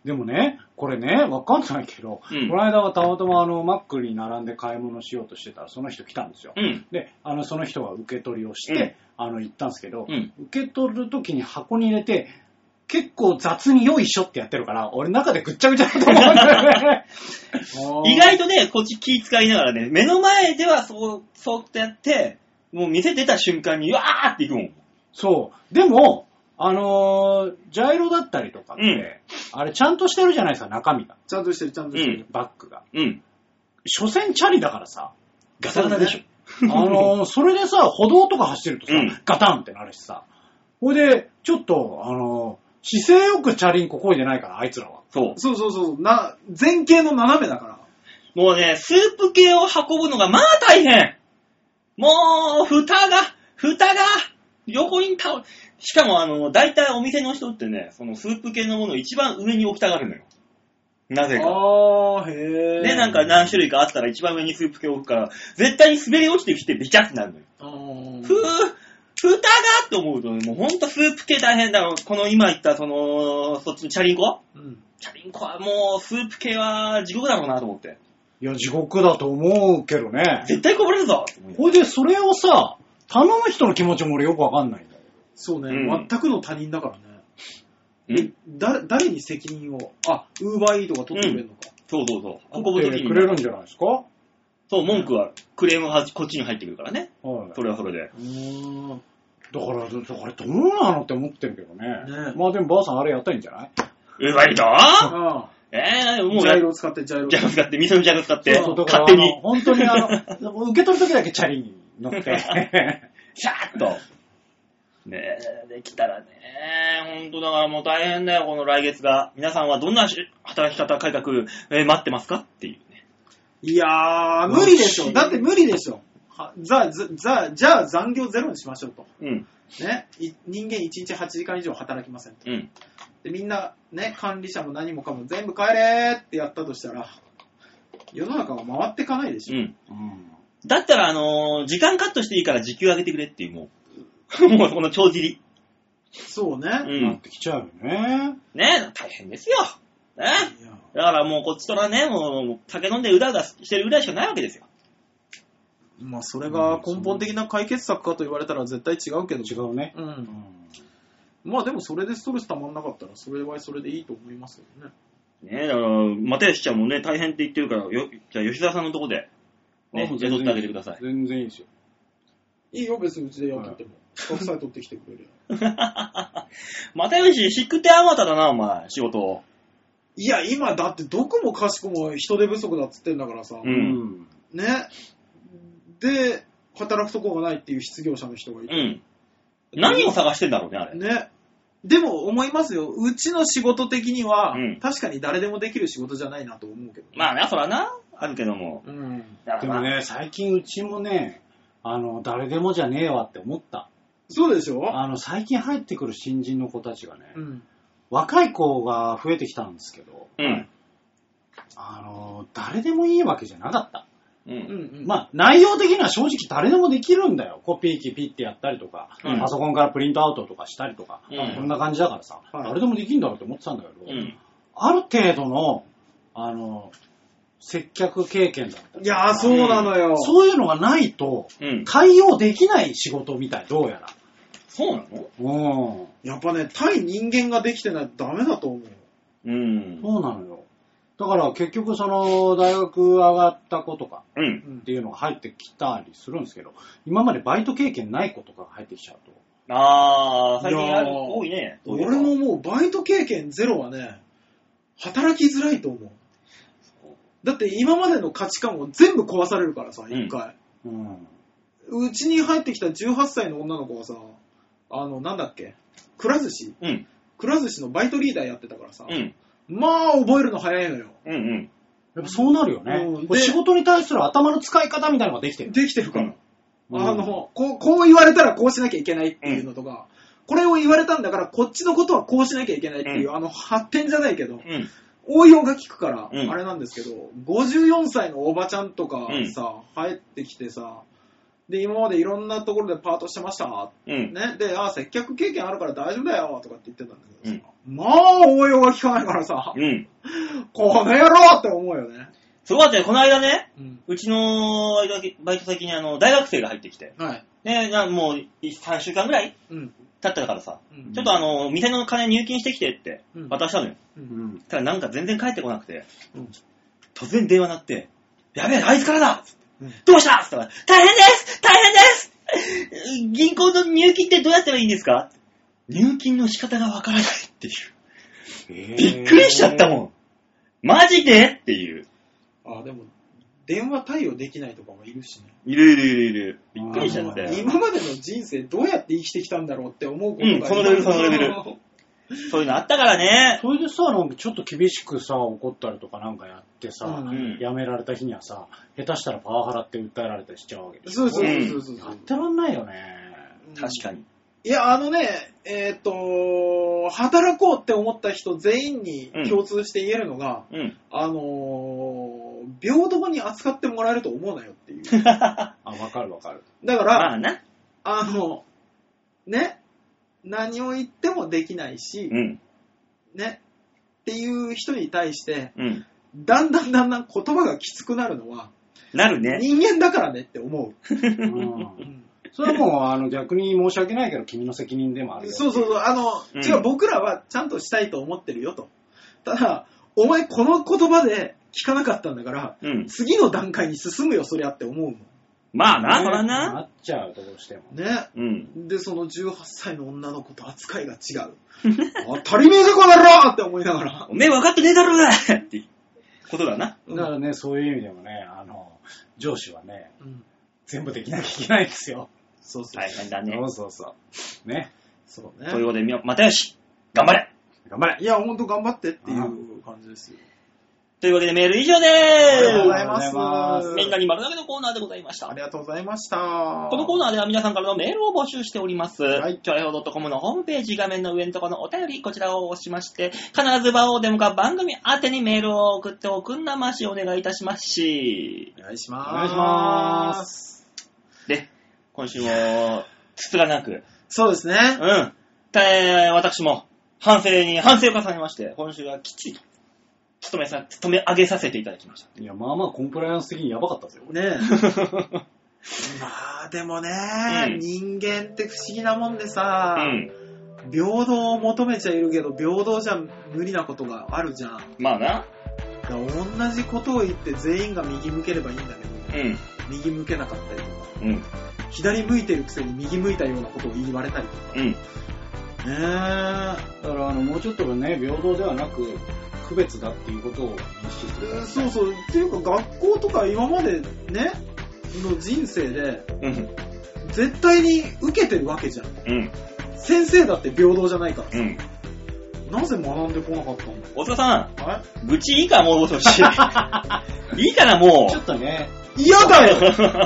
でもね、これね、わかんないけど、うんこの間はたまたまあの、マックに並んで買い物しようとしてたら、その人来たんですよ。うん。で、あの、その人が受け取りをして、あの、行ったんですけど、うん。受け取るときに箱に入れて、結構雑によいしょってやってるから、俺中でぐっちゃぐちゃだと思うん だよね。意外とね、こっち気使いながらね、目の前ではそう、そうってやって、もう店出た瞬間に、うわーって行くもん。そう。でも、あのージャイロだったりとかって、うんあれちゃんとしてるじゃないですか、中身が。ちゃんとしてる、ちゃんとしてる。バッグが。うん。所詮チャリだからさ、ガタガタでしょ。あのーそれでさ、歩道とか走ってるとさ、うんガタンってなるしさ。ほいで、ちょっと、あのー姿勢よくチャリンコ漕いでないから、あいつらは。 そう。そうそうそう。な、前傾の斜めだから。もうね、スープ系を運ぶのがまあ大変。もう、蓋が、蓋が、横に倒れ、しかもあの、大体お店の人ってね、そのスープ系のものを一番上に置きたがるのよ。なぜか。あー、へー。で、なんか何種類かあったら一番上にスープ系を置くから、絶対に滑り落ちてきてビチャってなるのよ。あー。ふぅ、蓋がって思うとね、もうほんとスープ系大変だろ。この今言った、その、そっちのチャリンコうん。チャリンコはもう、スープ系は地獄だろうなと思って。いや、地獄だと思うけどね。絶対こぼれるぞって思いながらほいで、それをさ、頼む人の気持ちも俺よくわかんないんだよ。そうね、うん全くの他人だからね。んだ、誰に責任を、あ、ウーバーイートが取ってくれるのか。そうそうそう。運ぶ取とっきてにく。れるんじゃないですかそう、文句は、クレームはこっちに入ってくるからね。はい。それはそれで。うーん。だから、だだからどうなのって思ってるけどね。ねまあでも、ばあさんあれやったらいいんじゃないうまいぞあえー、あ。もうジやャイる。ロ使って、ジャイロジ。ャム使って、店のジャム使って、そうだから勝手あのに、本当にあの、 受け取る時だけチャリに乗って。シャーッと。ねえ、できたらね、ほんとだからもう大変だよ、この来月が。皆さんはどんなし働き方改革、えー待ってますかっていうね。いやー、無理でしょ。だって無理でしょ。はザ、ザ、ザ、じゃあ残業ゼロにしましょうと。うん、ね。い人間1日8時間以上働きませんと。うん。で、みんな、ね、管理者も何もかも全部帰れーってやったとしたら、世の中は回っていかないでしうょ。ん。うんだったら、あのー時間カットしていいから時給上げてくれっていう、もう。 もうこの帳尻。そうね。うなっん。てきちゃうよね。ねえ、大変ですよ。ねえ。いやだからもうこっちとらね、もう酒飲んでうだうだしてるぐらいしかないわけですよ。まあ、それが根本的な解決策かと言われたら絶対違うけど。違うね。う。うんんまあ、でもそれでストレス溜まんなかったら、それはそれでいいと思いますけどね。ねえ、だから、又吉ちゃんもね、大変って言ってるから、よじゃあ吉沢さんのとこで、ね、あもう雇全然ってあげてください。全然いいですよ。いいよ、別にうちでやってても。スタッフさえ取ってきてくれる。又吉、しくてあまただな、お前、仕事を。いや、今だってどこもかしこも人手不足だっつってんだからさ、う。うんん。ね。で、働くとこがないっていう失業者の人がいうて、ん。何を探してんだろうね、あれ。ね。でも思いますよ。うちの仕事的には、うん確かに誰でもできる仕事じゃないなと思うけど。まあな、そらな、あるけども。うん。だかでらなもね、最近うちもね、あの、誰でもじゃねえわって思った。そうでしょあの、最近入ってくる新人の子たちがね、うん。若い子が増えてきたんですけど、うん。あの、誰でもいいわけじゃなかった。ううんん。うん。まあ、内容的には正直誰でもできるんだよ。コピー機ピッてやったりとか、うんパソコンからプリントアウトとかしたりとか、うんこんな感じだからさ、はい誰でもできるんだろうって思ってたんだけど、うん。ある程度の、あの、接客経験だったりいやー、そうなのよ。そういうのがないと、うん。対応できない仕事みたい、どうやら。そうなのうん。やっぱね、対人間ができてないとダメだと思う。うん。そうなのよ。だから結局その大学上がった子とかうん。うんっていうのが入ってきたりするんですけど、今までバイト経験ない子とかが入ってきちゃうと。あー、最近あるいやー多いね。そういえば俺。ももうバイト経験ゼロはね、働きづらいと思う。だって今までの価値観を全部壊されるからさ、ん一回。うん。うちに入ってきた18歳の女の子はさ、あの、なんだっけ、くら寿司うん。くら寿司のバイトリーダーやってたからさ、うん。まあ覚えるの早いのよ。うん。うん。やっぱそうなるよねうん。これで仕事に対する頭の使い方みたいなのができてる。できてるから。うんあの、こう、こう言われたらこうしなきゃいけないっていうのとか、これを言われたんだからこっちのことはこうしなきゃいけないっていう、うあの発展じゃないけど、うん。応用が効くから、うんあれなんですけど、54歳のおばちゃんとかうんさ、入ってきてさ、で、今までいろんなところでパートしてました、うん。ね、で、あ、接客経験あるから大丈夫だよ、とかって言ってたんだけどさ、まあ応用が効かないからさ、うん。この野郎って思うよね。そうだって、この間ね、うん。うちのバイト先にあの、大学生が入ってきて、はい。ね、なもう3週間ぐらいうん。経ったからさ、うんちょっとあの、店の金入金してきてってうん渡したのよ。うん。ただなんか全然帰ってこなくて、うん突然電話鳴って、やべえ、あいつからだつってうんどうしたっつったら、大変です大変です銀行の入金ってどうやったらいいんですか入金の仕方がわからないっていう。びびっくりしちゃったもん。マジでっていう。あ、でも、電話対応できないとかもいるしね。いるいるいるいる。びっんくりしちゃったよあー。今までの人生どうやって生きてきたんだろうって思うことうんこのレベルそのレベルそういうのあったからね。それでさ、なんかちょっと厳しくさ、怒ったりとかなんかやってさ、うんうんやめられた日にはさ、下手したらパワハラって訴えられたりしちゃうわけでしそょうそうそうそうそうやってらんないよね。確かに。いや、あのね、えっ、と、働こうって思った人全員に共通して言えるのが、 うん。あのー平等に扱ってもらえると思うなよっていう。あ、わかるわかる。だかまら、あな。あの、ね、何を言ってもできないしう、ん。ね、っていう人に対して、うん。だんだんだんだん言葉がきつくなるのは、なるね。人間だからねって思う。うんそれはもう、あの、逆に申し訳ないけど、君の責任でもあるよ。そうそうそう、あの、うん違う、僕らはちゃんとしたいと思ってるよと。ただ、お前この言葉で聞かなかったんだから、うん。次の段階に進むよ、そりゃって思うもん。まあな、そねらな。なっちゃう、どうしても。ね。うん。で、その18歳の女の子と扱いが違 う。当たり前だからろって思いながら。おめえ分かってねえだろうがってことだな。だからね、そういう意味でもね、あの、上司はね、うん全部できなきゃいけないんですよ。そうそう。大変だねそ。うそうそう。ね。そうというね。ことで、みよ、またよし頑張れ頑張れいや、ほんと頑張ってっていう感じですよ。というわけでメール以上でありがとうごーざいあまりがとうござす。すみんなに丸投げのコーナーでございましたあ。りがとうございました。このコーナーでは皆さんからのメールを募集しております。ははいい。ちょいほど .com のホームページ画面の上のところのお便り、こちらを押しまして、必ず場をデモか番組宛てにメールを送っておくんなましお願いいたしますし。お願いします。。お願いしますで、今週も、つつがなく、そうですうね。ん。た私も、反省に、反省を重ねまして、今週はきっちりと、勤めさ、勤め上げさせていただきました。いや、まあまあ、コンプライアンス的にやばかったですよ。ねえ。 まあでもね、うん人間って不思議なもんでうさ、ん。平等を求めちゃいるけど平等じゃ無理なことがあるじゃんまあな。だから同じことを言って全員が右向ければいいんだけどうん。右向けなかったりとかうん。左向いてるくせに右向いたようなことを言われたりとかうん。ねだから、あの、もうちょっとね、平等ではなく、区別だっていうことを認識してえくださいそうそうっていうか学校とか今までねの人生でうん。絶対に受けてるわけじゃんうん。先生だって平等じゃないからうん。なぜ学んでこなかったんだ大塚さん。あ愚痴いいから戻してほし い。いいからもちょっとね、れ嫌だよ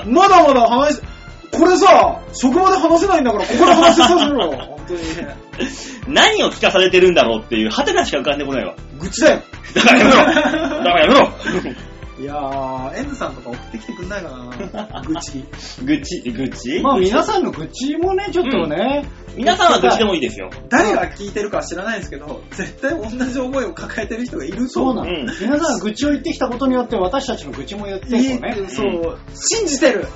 う。まだまだ話し、これさ、職場で話せないんだから、ここで話させろよ。 本当に。 何を聞かされてるんだろうっていう、ハテナしか浮かんでこないわ。愚痴だよ。だから やめろだからやめろいやー、エンズさんとか送ってきてくんないか な愚痴。愚痴、愚痴まあ皆さんの愚痴もね、ちょっとね、皆さんは愚痴でもいいです よ。誰が聞いてるかは知らないんですけど、絶対同じ思いを抱えてる人がいるとそうなうの、ん。皆さんが愚痴を言ってきたことによって私たちの愚痴も言ってるいいよね。そう、信じてる。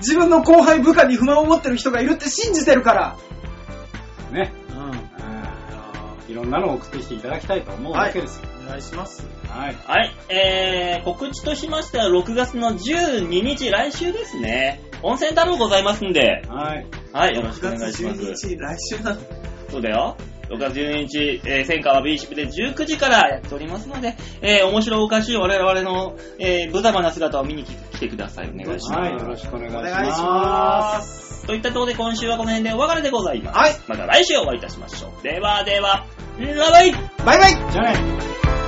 自分の後輩部下に不満を持ってる人がいるって信じてるから。ね。うん。うんいろんなのを送ってきていただきたいと思うわけですよ。お願いします。はい。はい、えー、告知としましては6月の12日、来週ですね。温泉太郎ございますんで、はい。はい、よろしくお6願い月しま12す。日、来週なの。そうだよ。6月12日、えー、戦火は B シップで19時からやっておりますので、えー、面白おかしい我々の、えー、無様な姿を見に来来てください。お願いします。はい。よろしくお願いしおます。願いします。といったところで今週はこの辺でお別れでございます。はい。また来週お会いいたしましょう。ではでは、ラバイバイバイじゃあね。 「